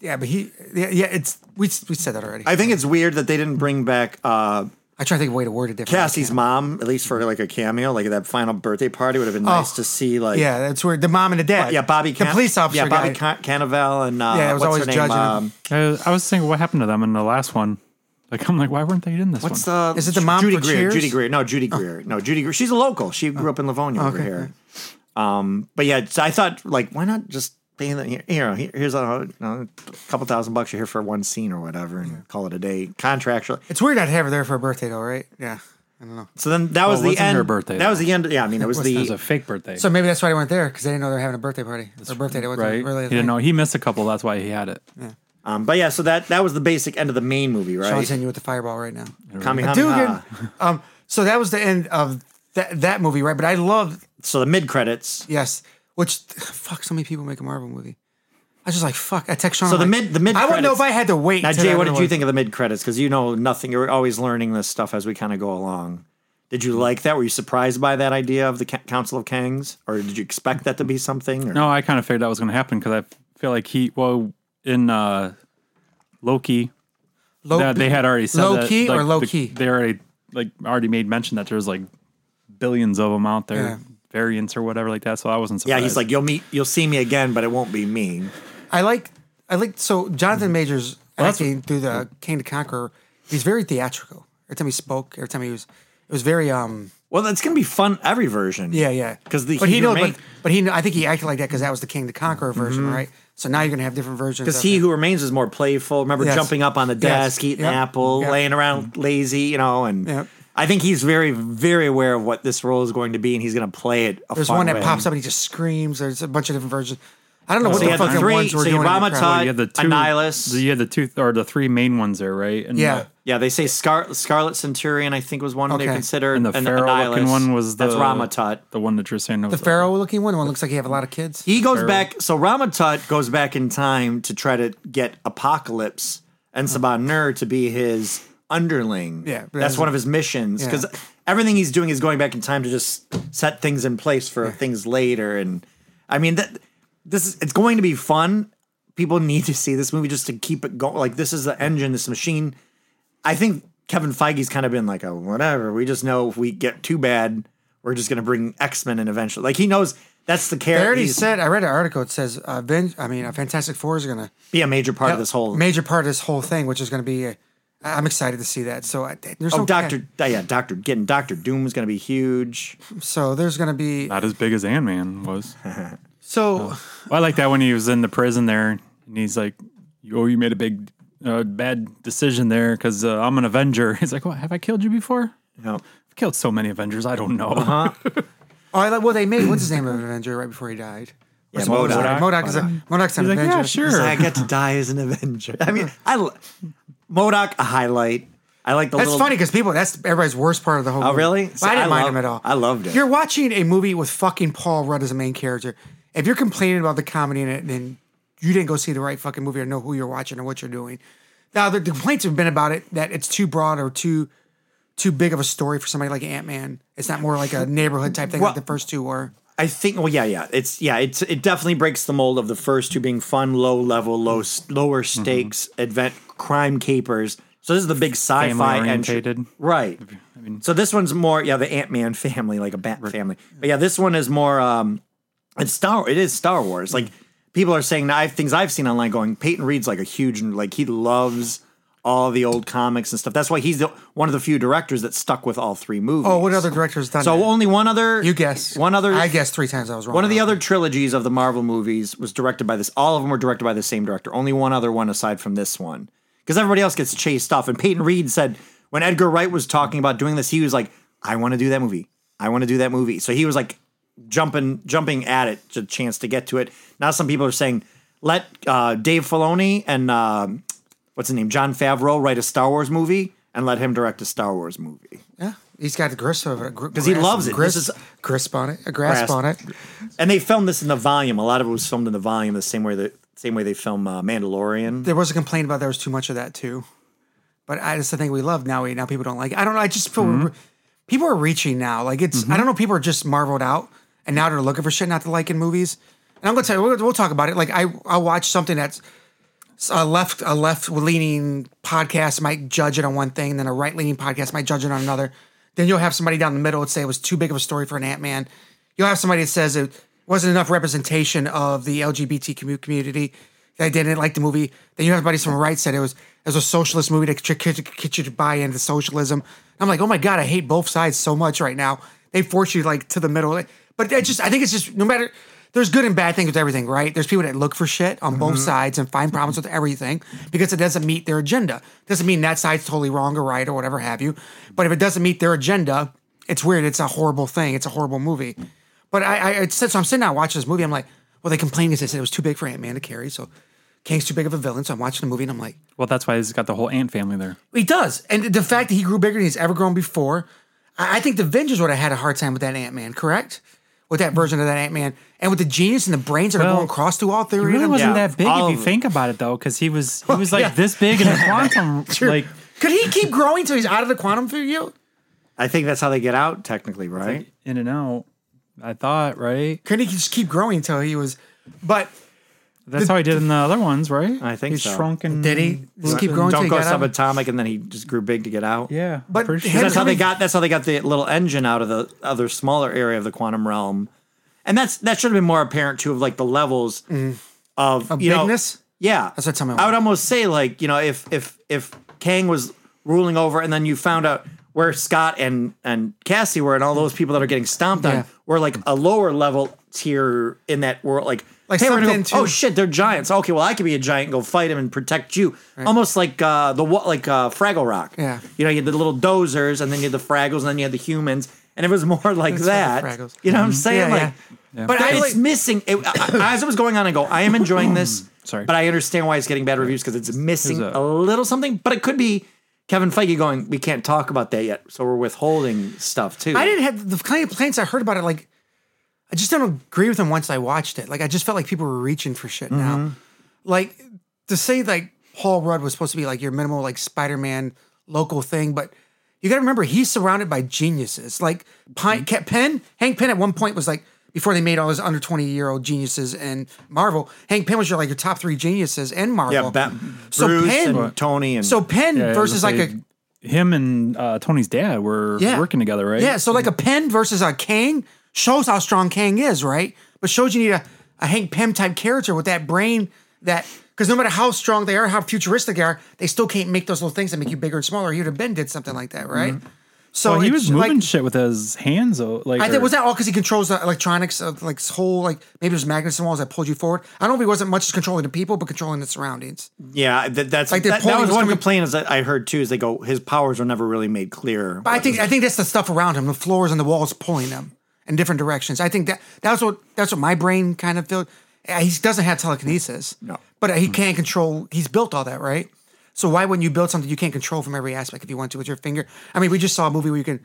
yeah, but he yeah, yeah it's we we said that already.
I
I,
think it's weird that they didn't bring back uh,
try to think of a way to word it different.
Cassie's mom, at least for like a cameo, like that final birthday party would have been nice
Oh.
to see. Like,
Yeah, that's where the mom and the dad.
yeah, Bobby,
the
Can-
police officer.
yeah, Bobby
guy.
Can- Cannavale, and uh,
Yeah, I was
what's
always
her name?
judging him.
Um,
I, I was thinking, what happened to them in the last one? Like, I'm like, why weren't they in this
What's
one?
the?
Uh, Is it the mom
Judy
for
Greer?
Cheers? Oh.
Judy Greer. No, Judy Greer. No, Judy Greer. She's a local. She grew up in Livonia over here. Um, but yeah, so I thought like, why not just paying the here? here, Here's a, a couple thousand bucks you're here for one scene or whatever, and call it a day contractually.
It's weird not to have her there for a birthday though, right? Yeah.
So then that was
it
the
wasn't
end.
her birthday,
That was the end. Yeah, I mean, it was
It was
the.
a fake birthday.
So maybe that's why they weren't there because they didn't know they were having a birthday party. It's a birthday. They wasn't
right?
really. a
he didn't
thing.
know. He missed a couple. That's why he had it.
Um, but yeah, so that that was the basic end of the main movie,
So I'm
right?
sending you with the fireball right now.
Kami
Dugan. um, so that was the end of that that movie, right? But I love
So the mid credits.
yes, which fuck so many people make a Marvel movie. I was just like fuck. I text Sean.
So
I'm
the
like,
mid- the mid
I wouldn't know if I
credits-
had to wait.
Now,
till
Jay,
that
what did
other
you
one.
think of the mid credits? Because you know nothing. You're always learning this stuff as we kind of go along. Did you like that? Were you surprised by that idea of the Ca- Council of Kangs, or did you expect that to be something? or-
No, I kind of figured that was going to happen because I feel like he, well, in uh, Loki,
Low,
that they had already said
low
that,
key
like,
or low
the-
key?
They already like already made mention that there's like billions of them out there,
Yeah.
variants or whatever like that. So I wasn't.
Yeah,
Surprised.
he's like you'll meet, you'll see me again, but it won't be me.
I like I like so Jonathan
Mm-hmm.
Majors
that's-
acting through the King to Conqueror. He's very theatrical. Every time he spoke, every time he was, it was very um
Well, that's gonna be fun every version.
Yeah, yeah.
Because the
but he,
he
knows,
remains-
but, but he, kn- I think he acted like that because that was the King the Conqueror version, right? So now you're gonna have different versions.
Mm-hmm. Because
of
he
it.
who remains is more playful. Remember
Yes.
jumping up on the desk,
Yes.
eating
Yep.
an apple,
Yep.
laying around lazy, you know, and
Yep.
I think he's very, very aware of what this role is going to be, and he's going to play it. A
there's
fun
one that
way.
pops up and he just screams. There's a bunch of different versions. I don't know what
So you
the
had the
fucking
three-
ones were
so you
doing. in the
Rama
crowd.
Todd-
you had the two
Annihilus.
You had the two or the three main ones there, right? And
Yeah.
uh,
Yeah, they say Scar- Scarlet Centurion. I think was one they
Okay.
considered,
and the pharaoh looking
Annihilus.
one was the
that's Ramatut.
the one that you're saying.
the
was
Pharaoh looking one. The one looks like he have a lot of kids.
He goes back. So Ramatut goes back in time to try to get Apocalypse and Sabanur to be his underling.
Yeah,
that's
but that's-
one of his missions
Yeah.
because everything he's doing is going back in time to just set things in place for things later. And I mean that this is it's going to be fun. People need to see this movie just to keep it going. Like this is the engine, this machine. I think Kevin Feige's kind of been like, oh, whatever. We just know if we get too bad, we're just going to bring X Men in eventually. Like he knows that's the
I
character.
already
he's-
said. I read an article. It says, uh, Ven- I mean, uh, Fantastic Four is gonna
be a major part of this whole
major part of this whole thing, which is gonna be. i I, I'm excited to see that. So I, there's
oh
no
Doctor yeah Doctor getting Doctor Doom is going to be huge.
So there's gonna be.
not as big as Ant Man was.
So
Oh.
Well, I like that when he was in the prison there, and he's like, "Oh, you made a big, uh, bad decision there because uh, I'm an Avenger." He's like, "What? Have I killed you before?
No,
I've killed so many Avengers. I don't know."
Uh-huh,
oh, I, like- well, they made what's his name of an Avenger right before he died.
yeah, Modok.
Modok. Modok, is a, Modok's an
He's like,
Avenger.
"Yeah, sure."
He's like, I get to die as an Avenger. I mean, I l- Modoc a highlight. I like the
That's
little,
funny because people, that's everybody's worst part of the whole
Oh
movie.
really?
But
See,
I didn't mind
love-
him at all.
I loved it.
You're watching a movie with fucking Paul Rudd as a main character. If you're complaining about the comedy in it, then you didn't go see the right fucking movie or know who you're watching or what you're doing. Now the the complaints have been about it that it's too broad or too too big of a story for somebody like Ant Man. It's not more like a neighborhood type thing
Well-
like the first two were.
I think. Well, yeah, yeah. It's yeah. It's it definitely breaks the mold of the first two being fun, low level, low s- lower stakes
Mm-hmm.
advent crime capers. So this is the big sci-fi entry,
orientated.
right? I mean, so this one's more yeah, the Ant Man family, like a bat family. But yeah, this one is more. um It's Star. It is Star Wars. Like people are saying, now, I things I've seen online going. Peyton Reed's like a huge like he loves. All the old comics and stuff. That's why he's the, one of the few directors that stuck with all three movies.
Oh, what other director's done?
So
that?
only one other.
you guess
One other.
I guessed three times I was wrong.
One of the other trilogies of the Marvel movies was directed by this. All of them were directed by the same director. Only one other one aside from this one, because everybody else gets chased off. And Peyton Reed said when Edgar Wright was talking about doing this, he was like, "I want to do that movie. I want to do that movie." So he was like jumping, jumping at it to chance to get to it. Now some people are saying, "Let uh, Dave Filoni and um what's his name, John Favreau, write a Star Wars movie." And let him direct a Star Wars movie.
Yeah, he's got the grasp of it because
he loves it. This
Grasp,
is-
grasp on it, a grasp,
Grasp.
on it.
And they filmed this in the volume. A lot of it was filmed in the volume, the same way the same way they film uh, Mandalorian.
There was a complaint about there was too much of that too, but I, it's the thing we love now. We now people don't like. It. I don't know. I just feel
Mm-hmm.
people are reaching now. Like it's I don't know. People are just marveled out, and now they're looking for shit not to like in movies. And I'm gonna tell you, we'll, we'll talk about it. Like I I watch something that's a left a left leaning podcast might judge it on one thing, and then a right leaning podcast might judge it on another. Then you'll have somebody down the middle that say it was too big of a story for an Ant Man. You'll have somebody that says it wasn't enough representation of the LGBT commu- community. They didn't like the movie. Then you have somebody from the right said it was it was a socialist movie to get you- get you to buy into socialism. I'm like, oh my god, I hate both sides so much right now. They force you like to the middle. But I just I think it's just no matter there's good and bad things with everything, right? There's people that look for shit on both sides and find problems with everything because it doesn't meet their agenda. Doesn't mean that side's totally wrong or right or whatever have you. But if it doesn't meet their agenda, it's weird. It's a horrible thing. It's a horrible movie. But I, I it's, so I'm sitting down watching this movie. I'm like, well, they complained because they said it was too big for Ant Man to carry. So Kang's too big of a villain. So I'm watching the movie and I'm like,
Well, that's why he's got the whole ant family there.
he does. And the fact that he grew bigger than he's ever grown before, I, I think the Avengers would have had a hard time with that Ant Man, correct? With that version of that Ant Man, and with the genius and the brains that are
Well,
going across through all three
He
of
really
them.
wasn't
Yeah,
that big
all
if you
of it.
think about it, though, because he was he was like
yeah.
this big in the quantum. Like
Could he keep growing till he's out of the quantum field?
I think that's how they get out, technically, right?
in and out. I thought right.
Could he just keep growing until he was? But
That's how he did in the other ones, right?
I think
he
so.
shrunk and
did he just keep growing?
Don't
till
go
he got out?
subatomic, and then he just grew big to get out.
Yeah,
But
pretty
him-
sure.
that's how they got. That's how they got the little engine out of the other smaller area of the quantum realm, and that's that should have been more apparent too of like the levels of,
Mm. Of
you know-
bigness?
yeah,
That's what Tommy
I would almost say like you know if if if Kang was ruling over, and then you found out where Scott and and Cassie were, and all those people that are getting stomped
Yeah.
on were like a lower level tier in that world, like.
Like
hey, we're gonna
something
go, oh
to-
shit, they're giants. Okay, well I could be a giant and go fight him and protect you, almost like uh, the wa- like uh, Fraggle Rock.
Yeah.
You know, you had the little dozers, and then you had the Fraggles, and then you had the humans, and it was more like
That's
that.
right, the Fraggles. Mm-hmm.
You know what I'm saying?
Yeah,
like, but I,
That
it's
like-
missing. It, I- I- as it was going on, I go, I am enjoying this.
Sorry.
but I understand why it's getting bad reviews because it's missing
There's
a,
a-
little something. But it could be Kevin Feige going, we can't talk about that yet, so we're withholding stuff too.
I didn't have the kind of complaints I heard about it. Like, I just don't agree with them once I watched it. Like, I just felt like people were reaching for shit now.
Mm-hmm.
Like, to say like Paul Rudd was supposed to be like your minimal like Spider Man local thing, but you got to remember he's surrounded by geniuses. Like Pine,
Mm-hmm.
Ca- Penn, Hank Penn at one point was like before they made all those under twenty year old geniuses in Marvel. Hank Penn was your like your top three geniuses in Marvel.
Yeah, Bat-
So
Bruce
Penn-
and Tony and
so Penn
Yeah,
versus
let's
like a
say him and uh, Tony's dad were
Yeah.
working together, right?
Yeah, so like a Penn versus a Kang shows how strong Kang is, right? But shows you need a, a Hank Pym type character with that brain that because no matter how strong they are, how futuristic they are, they still can't make those little things that make you bigger and smaller. You'd have been did something like that, right? So
Mm-hmm. Well, he
it's
was moving
like,
shit with his hands. Though, like
I think
or-
was that all because he controls the electronics of like his whole like maybe there's magnets and walls that pulled you forward. I don't know if he wasn't much as controlling the people, but controlling the surroundings.
yeah, that, that's
Like,
like
their
that,
polling
that was
was
one
coming-
complaint is that I heard too is they go his powers were never really made clear.
But I think I think that's the stuff around him, the floors and the walls pulling him in different directions. I think that that's what that's what my brain kind of feels. Uh, He doesn't have telekinesis,
No.
but he can't control. He's built all that, right? So why wouldn't you build something you can't control from every aspect if you want to with your finger? I mean, we just saw a movie where you can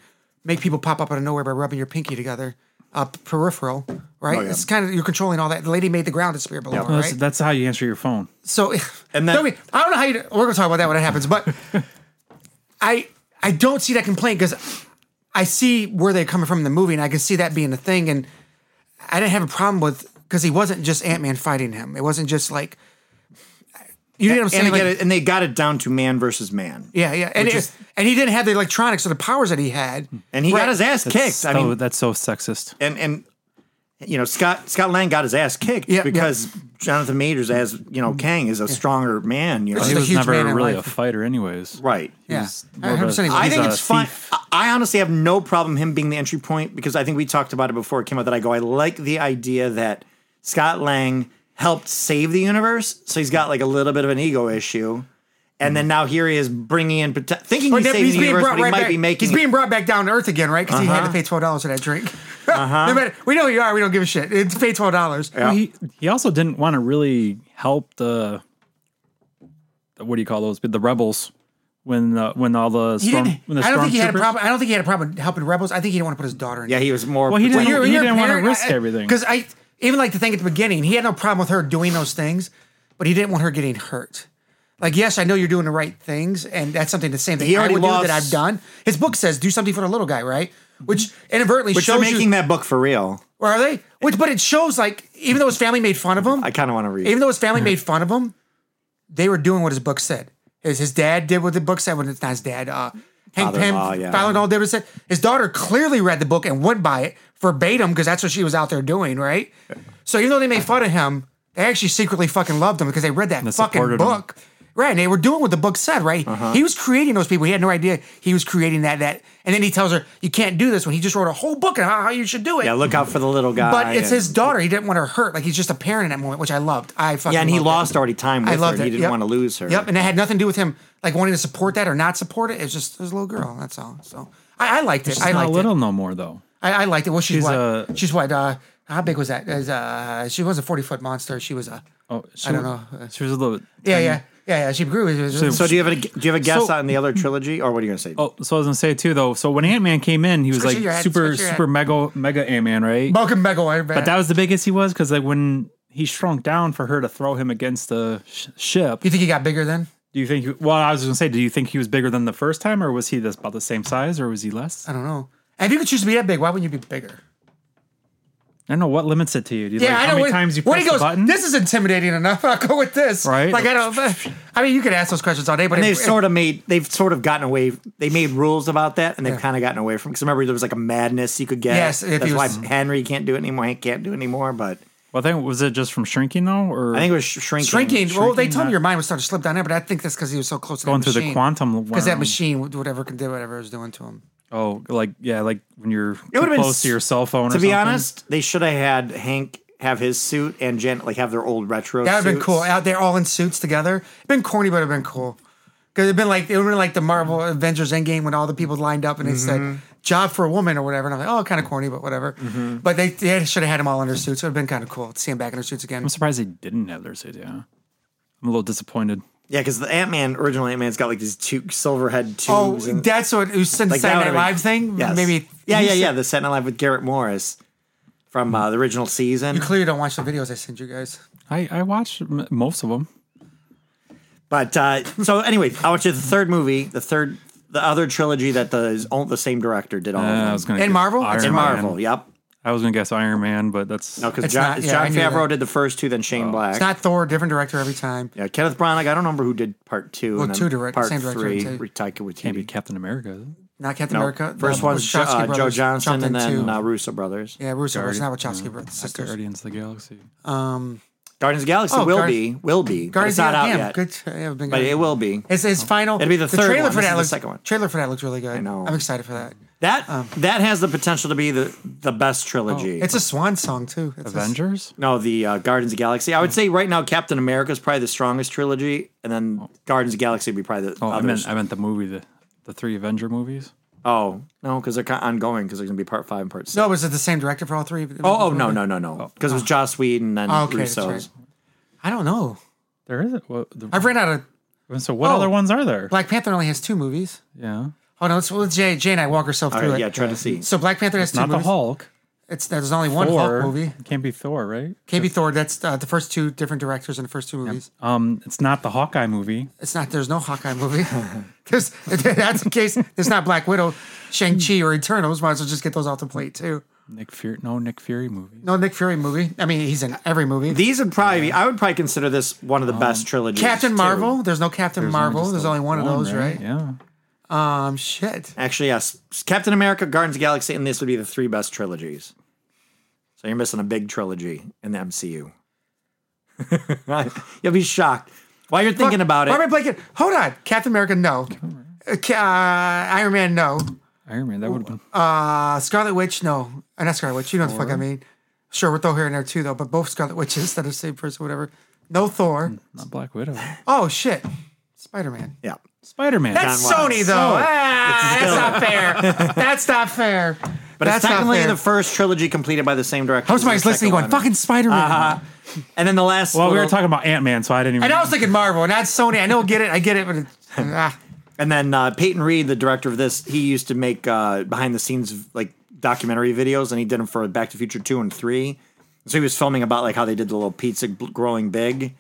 make people pop up out of nowhere by rubbing your pinky together. Uh, peripheral right?
Oh, yeah.
It's kind of you're controlling all that. The lady made the ground disappear below,
Yeah.
her,
Well,
right?
uh, That's, that's how you answer your phone.
So,
And
and
that-
I, mean, I don't know how you. We're gonna talk about that when it happens, but I I don't see that complaint because I see where they're coming from in the movie, and I can see that being a thing. And I didn't have a problem with because he wasn't just Ant Man fighting him. It wasn't just like you know what I'm saying.
and,
Like,
again, and they got it down to man versus man.
yeah, yeah, and
which
it,
is- Hmm.
and he didn't have the electronics or the powers that he had,
And he
Right.
got his ass
That's
kicked.
So,
I mean,
that's so sexist.
and and you know Scott Scott Lang got his ass kicked
Yeah, yeah.
because Jonathan Majors as you know Kang is a stronger man. You know,
Which
He
He's a
was
huge
never
man in
really
life.
a fighter, anyways.
right?
Yeah.
He's
I-
more of a-
100% agree.
he's
I think
a
it's fine.
thief.
I I honestly have no problem him being the entry point because I think we talked about it before it came out that I go, I like the idea that Scott Lang helped save the universe. So he's got like a little bit of an ego issue. And then now here he is bringing in, prote- thinking
But
he's
then
saving
he's
the
being
universe,
brought
but he
right
might
back.
be making
he's being brought back down to Earth again, right? Because he had
Uh-huh.
to pay twelve dollars for that drink. no matter, we don't. You are. We don't give a shit. It's pay twelve dollars.
Yeah.
He he also didn't want to really help the, the- what do you call those? The rebels when the, when all the
He
storm
didn't.
when the
I don't think he had a
stormtroopers-
problem. I don't think he had a problem helping rebels. I think he didn't want to put his daughter in.
Yeah, he was more.
Well, he didn't-
protective.
he didn't wanna risk everything.
Because I even like the thing at the beginning, he had no problem with her doing those things, but he didn't want her getting hurt. Like, yes, I know you're doing the right things, and that's something the same thing
He
I
already
would do that
lost-
I've done. His book says, "Do something for the little guy," right? Which inadvertently
Which they're
shows
making
you.
that book for real.
Where are they? Which, but it shows like even though his family made fun of him,
I kind of want to read.
even though his family made fun of him, they were doing what his book said. His his dad did what the book said. When it's not his dad, uh, Hank Pym,
Father-in-law, yeah.
father-in-law did what it said. His daughter clearly read the book and went by it verbatim because that's what she was out there doing, right? So even though they made fun of him, they actually secretly fucking loved him because they read that fucking
supported him.
book, right? And they were doing what the book said, right?
Uh-huh.
He was creating those people. He had no idea he was creating that that. And then he tells her, "You can't do this." When he just wrote a whole book on how, how you should do it.
yeah, look out for the little guy.
But it's
and-
his daughter. He didn't want her hurt. Like he's just a parent in that moment, which I loved. I fucking
Yeah, and he
loved it.
lost already time with
I loved
her. and He
it.
didn't
Yep.
want to lose her.
Yep, and it had nothing to do with him like wanting to support that or not support it. It's just this little girl. That's all. So I, I liked it. I
She's not
liked
little
it.
no more though.
I, I liked it. Well, she's,
She's
what?
a-
she's what? Uh, how big was that? Is uh, she was a forty foot monster. She was a.
Oh, she,
I don't know.
She was a little.
Yeah, yeah, yeah, yeah. She grew. It was-
So do you have a do you have a guess
So-
on the other trilogy, or what are you gonna say?
Oh, so I was gonna say too though. So when Ant Man came in, he was
Switch
like
your head,
super
switch your
super
head.
mega mega Ant Man, right?
Malcolm Megawire.
But that was the biggest he was because like when he shrunk down for her to throw him against the sh- ship.
You think he got bigger then?
Do you think? he- Well, I was gonna say, do you think he was bigger than the first time, or was he this about the same size, or was he less?
I
I
don't know. And if you could choose to be that big, why wouldn't you be bigger?
don't know what limits it to you. Do you
Yeah,
like
I
how
know.
many
when,
times you
when
press
he goes,
the button?
this is intimidating enough. I'll go with this.
Right.
Like I don't. I mean, you could ask those questions all day, but
And
it-
they've
it-
sort of made they've sort of gotten away. They made rules about that, and they've kind of gotten away from. Because remember, there was like a madness you could get.
Yes, if
that's
he was-
why Henry can't do it anymore. Hank can't do it anymore. But
well, I think was it just from shrinking though, or
I think it was sh- shrinking.
shrinking. Well, they
shrinking
told me
that-
your mind was starting to slip down there, but I think that's because he was so close to
going
that
through the
machine.
quantum
because that
realm?
machine would- whatever can do whatever it was doing to him.
Oh, like yeah, like when you're too
would've been
close to your cell phone.
To
or
be
something.
honest, they should have had Hank have his suit and Janet like have their old retro.
That would have been
suits.
cool. Out there, all in suits together. It'd been corny, but it'd been cool. Because it'd been like it would have been like the Marvel Avengers Endgame when all the people lined up and they said "job for a woman" or whatever, and I'm like, oh, kind of corny, but whatever. But they, they should have had them all in their suits. It would have been kind of cool to see them back in their suits again.
I'm surprised they didn't have their city. Yeah, I'm a little disappointed.
Yeah, because the Ant Man original Ant Man's got like these two silver head tubes.
Oh,
and,
that's what it was since
like that
Saturday Night
would've been-
Live thing.
Yes.
Maybe
Yeah,
you
yeah,
said-
yeah. The Saturday Night Live with Garrett Morris from uh, the original season.
You clearly don't watch the videos I send you guys.
I I watched m- most of them.
But uh, so anyway, I watched the third movie, the third, the other trilogy that the is all the same director did all
Uh, I
of
was
them.
gonna
And
guess
Marvel?
Iron
It's
in
gonna-
Man.
Marvel. Yep.
I was gonna guess Iron Man, but that's
No, because
It's
John,
not- yeah, I
John
knew that. Oh.
Favreau did the first two, then Shane Black.
It's not Thor, different director every time.
yeah, Kenneth Branagh. I don't remember who did part two.
Well,
and then
two direct-
part
same director,
three.
too.
Re- Taika Waititi.
can't be Captain America. is it?
Not Captain
No,
America.
First
the
one's jo-
Wachowski
uh, Joe
brothers
Johnson
jumped
and then
into-
uh, Mm, Russo brothers.
yeah, Russo. It's not Wachowski brothers.
Not
Sisters.
Guardians of the Galaxy.
Um,
Guardians of the Galaxy
Oh,
will
Guar-
be will be. but
Guardians
it's not
of
out
the
yet,
Damn, good. Yeah, I've been
but
good.
it will be.
It's his final.
It'll be the third
trailer
one.
for
This is
that
the
looks,
second one.
Trailer for that looks really good. I
know.
I'm excited for that.
That that has the potential to be the the best trilogy.
Um. Oh, It's a swan song too. It's a-
Avengers.
No, the uh, Guardians of the Galaxy. I would say right now Captain America is probably the strongest trilogy, and then Guardians of the Galaxy would be probably the
Oh, I
others.
meant I meant the movie, the the three Avenger movies.
oh no, because they're kind of ongoing because there's gonna be part five and part six.
no, was it the same director for all three?
oh, oh no no no Ah, no because it was Joss Whedon and then
Oh, okay, that's
Russo.
right. I don't know.
There is it. What, the,
I've ran out of
so what
Oh.
other ones are there?
Black Panther. Only has two movies.
yeah,
Oh, Hold on, let's let Jay, Jay and I walk herself
All
through
right,
it.
yeah, try to see.
So Black Panther has two
not the
movies.
Hulk.
It's there's only one
Thor
Hulk movie.
can't be Thor, right?
KB Thor. That's uh, the first two different directors in the first two movies.
Um, it's not the Hawkeye movie.
It's not. There's no Hawkeye movie. There's- if that's the case. There's not Black Widow, Shang Chi, or Eternals. Might as well just get those off the plate too.
Nick Fury, no Nick Fury movie.
No Nick Fury movie. I mean, he's in every movie.
These would probably be. I would probably consider this one of the best trilogies.
Captain
too.
Marvel. There's no Captain Marvel.
just
there's
the
only one, of those, right?
Yeah.
Um, shit.
Actually, yes. Captain America, Guardians of the Galaxy, and this would be the three best trilogies. So you're missing a big trilogy in the MCU. You'll be shocked. While you're thinking about it,
Robert Blake. Hold on. Captain America. No. Uh, Ca- uh, Iron Man. No.
Iron Man. That would have been.
Uh, Scarlet Witch. No. Uh, not Scarlet Witch. You know what the fuck I mean. Sure, we'll throw her in there too, though. But both Scarlet Witches that are the same person, whatever. No Thor.
Not Black Widow.
Oh shit. Spider Man.
Mm. yeah.
Spider Man.
That's
John Watts.
Sony though. Ah, that's not fair. That's not fair.
But
that's
it's technically
not fair.
the first trilogy completed by the same director.
Hope
as the
somebody's
second
listening going,
one.
fucking Spider Man.
And then the last.
Well, we were
little-
talking about Ant Man, so I didn't even.
And I was thinking Marvel, and that's Sony. I know, get it, I get it, but it's, ah.
And then uh, Peyton Reed, the director of this, he used to make uh, behind the scenes like documentary videos, and he did them for Back to the Future two and three. So he was filming about like how they did the little pizza b- growing big,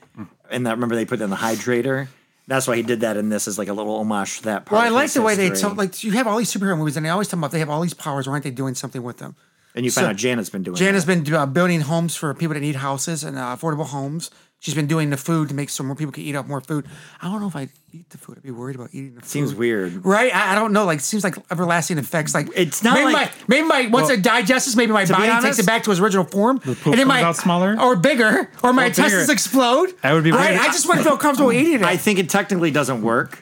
and that remember they put it in the hydrator. That's why he did that in this as like a little homage to that part.
Well, I
of
like
his
the way they
history.
told, like you have all these superhero movies, and they always talk about they have all these powers. Why aren't they doing something with them?
and you found
so-
out Janet's been doing.
Jan
that.
has been uh, building homes for people that need houses and uh, affordable homes. She's been doing the food to make so more people can eat up more food. I don't know if I eat the food. I'd be worried about eating the food.
seems weird.
Right? I, I don't know. Like, seems like everlasting effects. Like,
It's not
maybe
like-
my maybe my once
Well,
it digests, this, maybe my body takes
honest,
it back to its original form, the
poop
and then
comes
my
out smaller?
or bigger, or my
Or bigger.
intestines explode.
That would be
right.
weird.
I just wouldn't feel comfortable eating it.
I think it technically doesn't work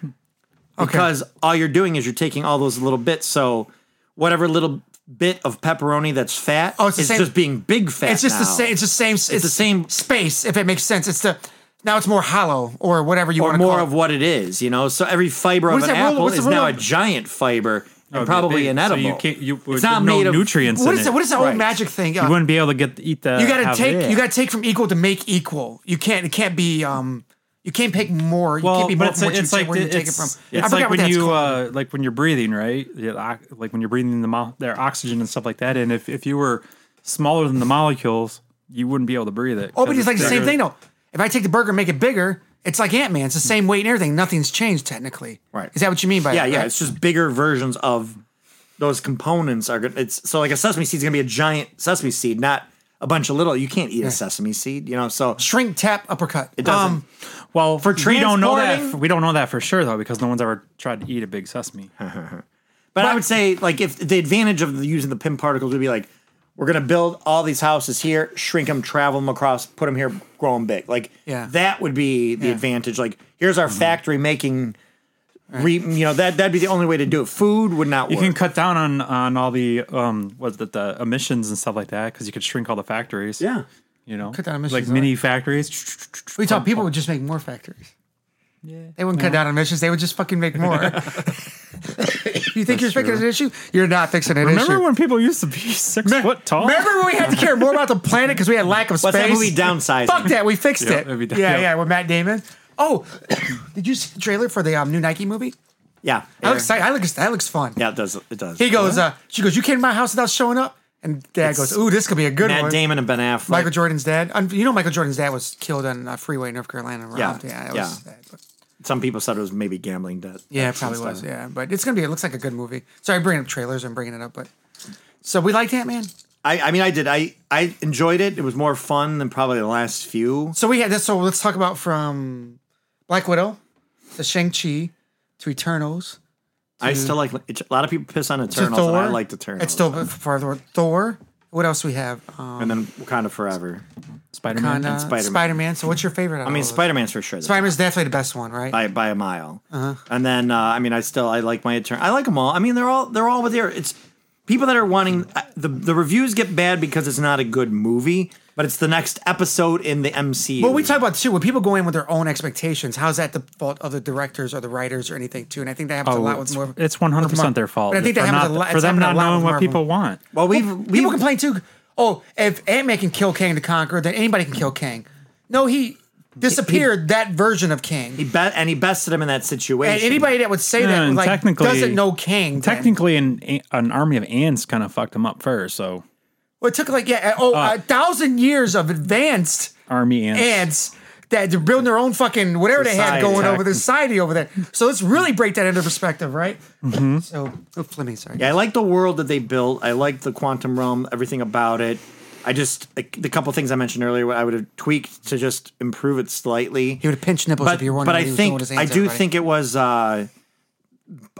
because all you're doing is you're taking all those little bits. So whatever little bit of pepperoni that's fat
Oh, it's the
is
same-
just being big fat.
It's just the
now.
same. It's the same. It's,
the same-
space. If it makes sense, it's the now it's more hollow or whatever you want
or
to
more
call
of
it.
what it is, you know. So every fiber
What
of
is
an
that rule-
apple
what's the
is
rule
now a
of-
giant fiber and probably
Oh, big.
inedible.
So you can't. You,
it's not
no
made of
nutrients.
What
in
is that? What is that
Right.
old magic thing?
You
Uh,
wouldn't be able to get eat the.
you gotta
have
take.
it.
You gotta take from equal to make equal. You can't. It can't be. Um. You can't take more. You can't be more from what you take, where you take it from.
It's,
I
it's
forgot
like
what
when
that's
you
called.
uh, like when you're breathing, right? Yeah, oc- Like when you're breathing in the mo- their oxygen and stuff like that. And if, if you were smaller than the molecules, you wouldn't be able to breathe it.
Oh, but it's like the same
bigger.
thing though. If I take the burger and make it bigger, it's like Ant Man. It's the same weight and everything. Nothing's changed technically.
Right.
Is that what you mean by
yeah,
that,
yeah.
right?
It's just bigger versions of those components are gonna. It's so like a sesame seed is gonna be a giant sesame seed, not a bunch of little. You can't eat a sesame seed, you know. So um,
Shrink, tap, uppercut. Um, It
doesn't.
Well, for we don't know that.
transporting-
We don't know that for sure though, because no one's ever tried to eat a big sesame.
But I would say, like, if the advantage of the, using the pin particles would be like, we're gonna build all these houses here, shrink them, travel them across, put them here, grow them big. Like,
Yeah. Mm-hmm.
that would be the advantage. Like, here's our factory making, re, you know, that that'd be the only way to do it. Food would not
You
work.
can cut down on on all the um what's that the emissions and stuff like that because you could shrink all the factories.
yeah,
you know,
Cut down
like
emissions,
mini factories.
We thought
oh.
people would just make more factories. Yeah. They wouldn't cut down emissions. They would just fucking make more. you think you're fixing an issue? You're not fixing an
Remember
issue.
when people used to be six foot tall?
Remember when we had to care more about the planet because we had lack of space?
what's that movie downsizing?
Fuck that. We fixed
Yeah,
it.
it'd be
Yeah,
done.
yeah,
Yeah.
With Matt Damon. Oh, did you see the trailer for the um, new Nike movie?
Yeah,
I look excited. I look, that looks fun.
yeah, it does. It does.
He goes. Uh, she goes. You came to my house without showing up. And Dad
It's
goes. Ooh, this could be a good
Matt
one.
Damon and Ben Affleck.
uh, Michael Jordan's dad. Un- You know, Michael Jordan's dad was killed on a freeway in North Carolina. robbed.
Yeah,
yeah, it
yeah.
was sad, but-
Some people said it was maybe gambling debt.
Yeah, it probably was. Yeah, but it's gonna be. It looks like a good movie. Sorry, bringing up trailers. I'm bringing it up, but so we liked Ant Man.
I, I mean, I did. I I enjoyed it. It was more fun than probably the last few.
So we had this. So let's talk about from Black Widow, to Shang Chi, to Eternals,
I still like. A lot of people piss on
to
Eternals,
Thor.
and I like Eternals.
It's still farther. Thor. What else we have? Um,
and then Wakanda Forever.
Spider Man.
Kinda
Spider-Man.
Spider Man. So what's your favorite?
I mean, Spider Man's for sure. the
Spider Man's definitely the best one, right?
by by a mile.
Uh-huh.
And then uh, I mean, I still I like my attorney. I like them all. I mean, they're all they're all with there. It's people that are wanting uh, the the reviews get bad because it's not a good movie, but it's the next episode in the MCU.
Well, we talk about too when people go in with their own expectations. How's that the fault of the directors or the writers or anything too? And I think that happens a lot with
Oh, it's,
more.
it's 100
with Mar-
percent their fault.
But I think that
for
happens
not-
a lot
for
it's
them
happened
not
a lot
knowing
with
what
Marvel.
people want.
well we've,
Well,
we've
people complain too. Oh, if Ant Man can kill Kang the Conqueror, then anybody can kill Kang. No, he disappeared that version of Kang.
he bet and he bested him in that situation.
and anybody that would say
Yeah,
that
and
like
technically-
doesn't know Kang. then.
Technically, an an army of ants kind of fucked them up first. So
Well, it took like yeah, oh,
Uh,
a thousand years of advanced
Army ants.
ants that are building their own fucking whatever they had
Society.
going over the society over there. So let's really break that into perspective, right? So, oh, Fleming, sorry.
Mm-hmm. Yeah, I like the world that they built. I like the quantum realm, everything about it. I just like, the couple things I mentioned earlier, I would have tweaked to just improve it slightly.
He would pinch nipples if
but,
you were
but
wondering. what
I
he was doing
think
with his
I
hands,
do
everybody.
think it was uh,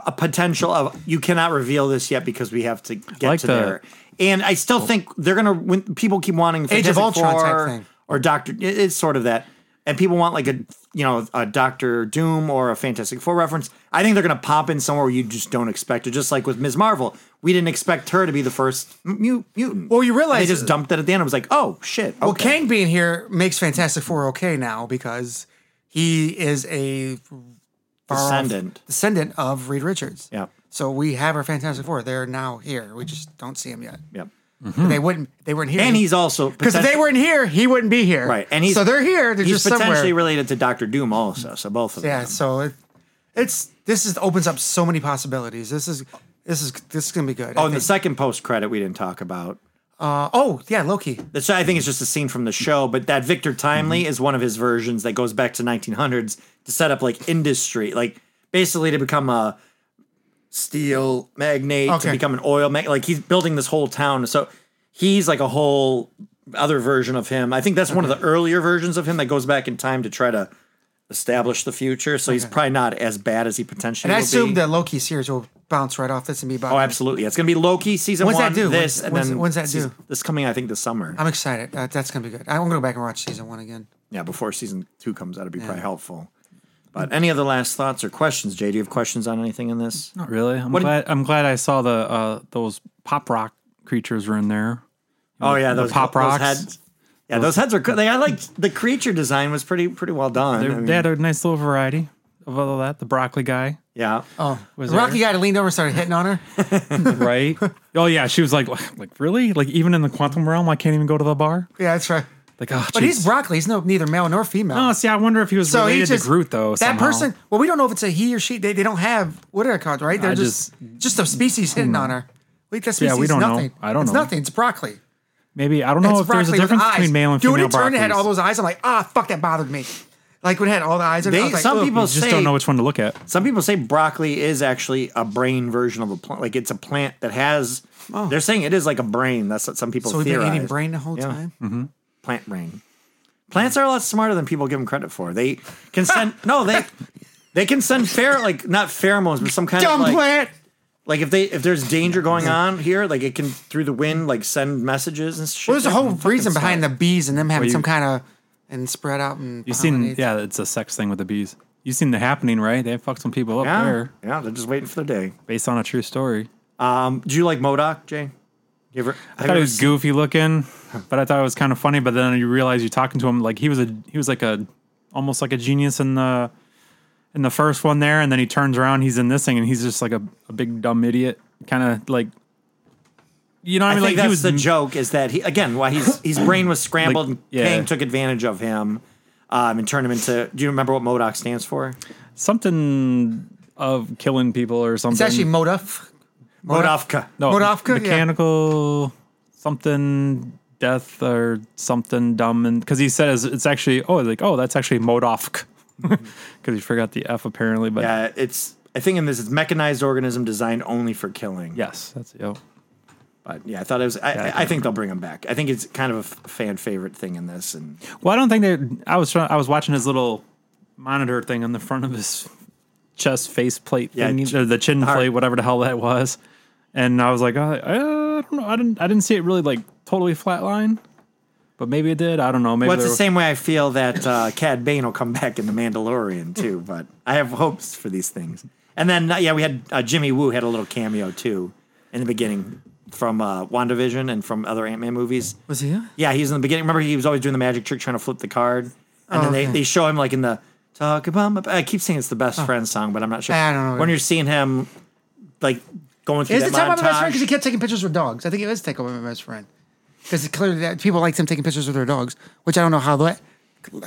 a potential of you cannot reveal this yet because we have to get
like
to
the-
there. And I still think they're gonna when people keep wanting
Age of
Fantastic
Ultron type
Four
thing.
or Doctor. it- It's sort of that, and people want like a you know a Doctor Doom or a Fantastic Four reference. I think they're gonna pop in somewhere you just don't expect it. Just like with Ms. Marvel, we didn't expect her to be the first mu- mutant.
Well, you
And
realize-
they just dumped it at the end. I was like, oh shit.
Well,
okay.
Kang being here makes Fantastic Four okay now because he is a far off
Descendant.
descendant of Reed Richards.
Yeah.
So we have our Fantastic Four. They're now here. We just don't see them yet.
Yep.
They wouldn't. They weren't here.
Hmm. And he's also
because if they
potentially-
weren't here, he wouldn't be here.
Right, and he's
so they're here. They're
he's
just
potentially
somewhere.
related to Doctor Doom also. So both of
yeah.
them.
So it, it's this is opens up so many possibilities. This is this is this is gonna be good. I
Oh, and the
think.
second post credit we didn't talk about.
Uh, oh yeah, Loki.
That's I think it's just a scene from the show, but that Victor Timely
Mm-hmm.
is one of his versions that goes back to 1900s to set up like industry, like basically to become a steel magnate,
Okay.
to become an oil magnate. Like he's building this whole town, so he's like a whole other version of him. I think that's one of the earlier versions of him that goes back in time to try to establish the future. So he's probably not as bad as he potentially.
And I
will
assume
be.
that Loki series will bounce right off this and be about.
Oh, absolutely. It's going to be Loki season
When's that
one.
due?
This
When's-
and
when's-
then
when's that
season-
due?
This coming, I think, this summer.
I'm excited. Uh, that's gonna be good. I'm gonna go back and watch season one again.
yeah, before season two comes out, it'd be probably helpful. But any other last thoughts or questions, Jay? Do you have questions on anything in this?
Not really. I'm glad. I'm glad I saw the uh, those pop rock creatures were in there.
Oh yeah, those
pop
those
rocks.
heads. Yeah, those heads are good. They, I liked the creature design was pretty pretty well done.
They,
I mean,
they had a nice little variety of all of that. The broccoli guy,
yeah.
Oh,
Was
the
there-
Rocky guy leaned over and started hitting on her.
right? oh yeah, she was like, like really? Like even in the quantum realm, I can't even go to the bar.
yeah, that's right.
Like oh,
But he's
jeez.
broccoli. He's no neither male nor female.
Oh, see, I wonder if he was
so he
related
just
to Groot though.
That
somehow.
person. Well, we don't know if it's a he or she. They, they don't have what are they called, right? They're
I Hmm.
just, just a species hitting on her. Wait, that species
Yeah, we
is
don't know.
nothing.
I don't
it's
know.
nothing. It's broccoli.
Maybe I don't know
it's
Oh, if there's
broccoli
a
with
difference
eyes.
between male and
Dude,
female
when it turned, it had
broccolis.
all those eyes. I'm like, ah, fuck, that bothered me. Like when it had all the eyes. on it, I
They-
was like,
some
ugh.
people
You just
say
don't know which one to look at.
Some people say broccoli is actually a brain version of a plant. Like it's a plant that has. They're saying it is like a brain. That's what some people.
Oh. So we've been eating
theorize.
brain the whole
Yeah.
time.
plant brain. Plants are a lot smarter than people give them credit for. They can send no, they they can send pher like not pheromones, but some kind
Dumb
of like,
plant.
like if they if there's danger going on here, like it can through the wind like send messages and shit.
Well, there's a
They're
whole
fucking
reason behind the
smart.
bees and them having
you-
some kind of and spread out and
You seen?
pollinate.
Yeah, it's a sex thing with the bees. You seen the happening, right? They fucked some people up
yeah,
there
yeah, they're just waiting for their day.
based on a true story.
Um, do you like Modoc, Jay? You ever,
I thought he was goofy looking, but I thought it was kind of funny. But then you realize you're talking to him like he was a he was like a almost like a genius in the in the first one there, and then he turns around, he's in this thing, and he's just like a, a big dumb idiot, kind of like you know what I
I
mean?
think
like
that's
he
the
was
joke is that he again why his his brain was scrambled
Like,
and
yeah.
Kang took advantage of him um, and turned him into. Do you remember what Modoc stands for?
something of killing people or something.
It's actually Moduf.
Modofka.
no,
Modofka, yeah.
mechanical something death or something dumb, and because he says it's actually oh like oh that's actually Modofk because he forgot the F apparently, but.
Uh, it's I think in this it's mechanized organism designed only for killing.
Yes, that's yo.
but yeah, I thought it was. I, I, I think they'll bring him back. I think it's kind of a f- fan favorite thing in this, and
Well, I don't think they. I was trying. I was watching his little monitor thing on the front of his chest face plate
Yeah,
thing,
ch-
or the chin
heart.
plate, whatever the hell that was. And I was like, I, I don't know. I didn't. I didn't see it really like totally flatline, but maybe it did. I don't know. Maybe
well, it's
there
the same way I feel that uh, Cad Bane will come back in the Mandalorian too. But I have hopes for these things. And then uh, yeah, we had uh, Jimmy Woo had a little cameo too in the beginning from uh, WandaVision and from other Ant Man movies.
Was he?
Yeah, he was in the beginning. Remember, he was always doing the magic trick, trying to flip the card, and
Oh,
then they, they show him like in the talk about. My, I keep saying it's the best friend song, but I'm not sure.
Oh. I don't know.
when you're seeing him like going through
Is
that
it time
montage.
about my best friend because he kept taking pictures with dogs? I think it is take over my best friend because clearly that people liked him taking pictures with their dogs, which I don't know how that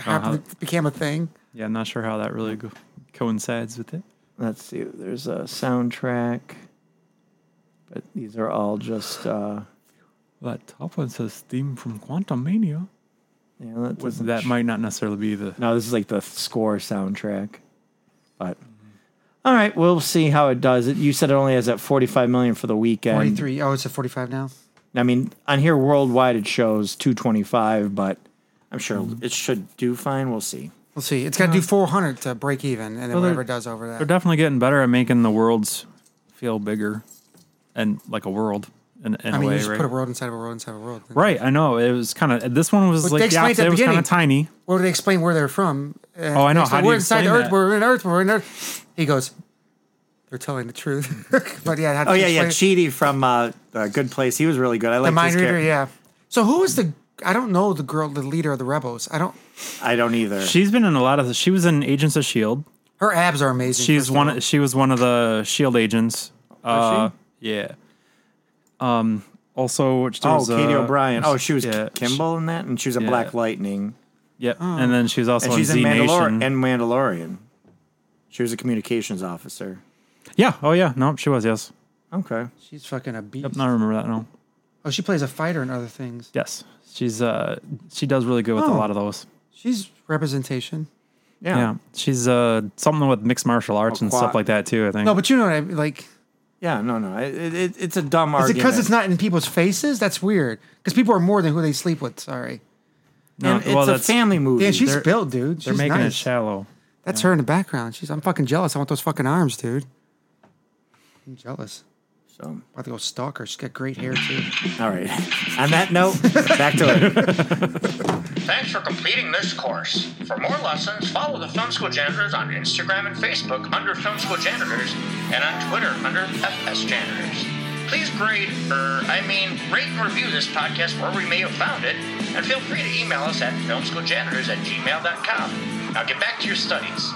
happened, became a thing.
yeah, I'm not sure how that really go- coincides with it.
Let's see. There's a soundtrack, but these are all just. Uh,
That top one says theme from Quantum Mania.
Yeah, that
Was
doesn't
that
sh-
might not necessarily be the
No, this is like the th- score soundtrack. But all right, we'll see how it does. It, you said it only has at 45 million for the weekend.
43. Oh, it's a 45 now.
I mean, on here worldwide it shows 225, but I'm sure
Mm-hmm.
it should do fine. We'll see.
We'll see. It's got to do 400 to break even, and then
they're-
whatever it does over
They're
that.
definitely getting better at making the worlds feel bigger and like a world in, in
I mean,
a way,
you just
right?
put a world inside of a world inside of a world.
right, I know. It was kind of this one was
Well, they
like the
explained at
opposite.
the
It was kind
beginning.
of tiny.
Well, they explain where they're from. And
Oh, I know.
they say,
How do
we're
you
inside the
explain
Earth.
that?
We're in Earth. We're in Earth. He goes, they're telling the truth. but yeah, how
Oh yeah, yeah.
The
Cheaty from uh, uh, Good Place. He was really good. I like
mind reader. Yeah. So who is the? I don't know the girl, the leader of the rebels. I don't.
I don't either.
She's been in a lot of. She was in Agents of Shield.
Her abs are amazing. first
E She's
of
one.
E
all.
Of, she was one of the Shield E agents. Uh, Yeah. Um. Also, which there
oh,
was,
Katie
uh,
O'Brien. Oh, she was
yeah,
Kimball in that, and she was in
yeah.
Black Lightning,
Yep. And then she's also
Oh. and she's
in
in
Z
Mandalorian.
Nation.
And Mandalorian. She was a communications officer.
yeah. Oh yeah. No, she was. Yes.
Okay.
She's fucking a beast.
Yep. No, I remember that. No.
Oh, she plays a fighter and other things.
Yes. She's uh. She does really good with a
Oh.
lot of those.
She's representation.
Yeah.
Yeah, she's uh something with mixed martial arts
Oh,
and
qua-
stuff like that too. I think.
No, but you know what I mean. Like,
Yeah, no, no. It, it, it's a dumb
is it
argument.
because it's not in people's faces? That's weird. Because people are more than who they sleep with. Sorry.
No,
And it's a
that's-
family movie.
Yeah, she's
They're-
built, dude.
They're
She's
making it
nice.
shallow.
That's her in the background. She's. I'm fucking jealous. I want those fucking arms, dude. I'm jealous.
so,
About to go stalk her. She's got great hair too.
all right. On that note, back to it.
Thanks for completing this course. For more lessons, follow the Film School Janitors on Instagram and Facebook under Film School Janitors and on Twitter under FS Janitors. Please grade, er, I mean, rate and review this podcast where we may have found it, and feel free to email us at filmschooljanitors at gmail.com. Now get back to your studies.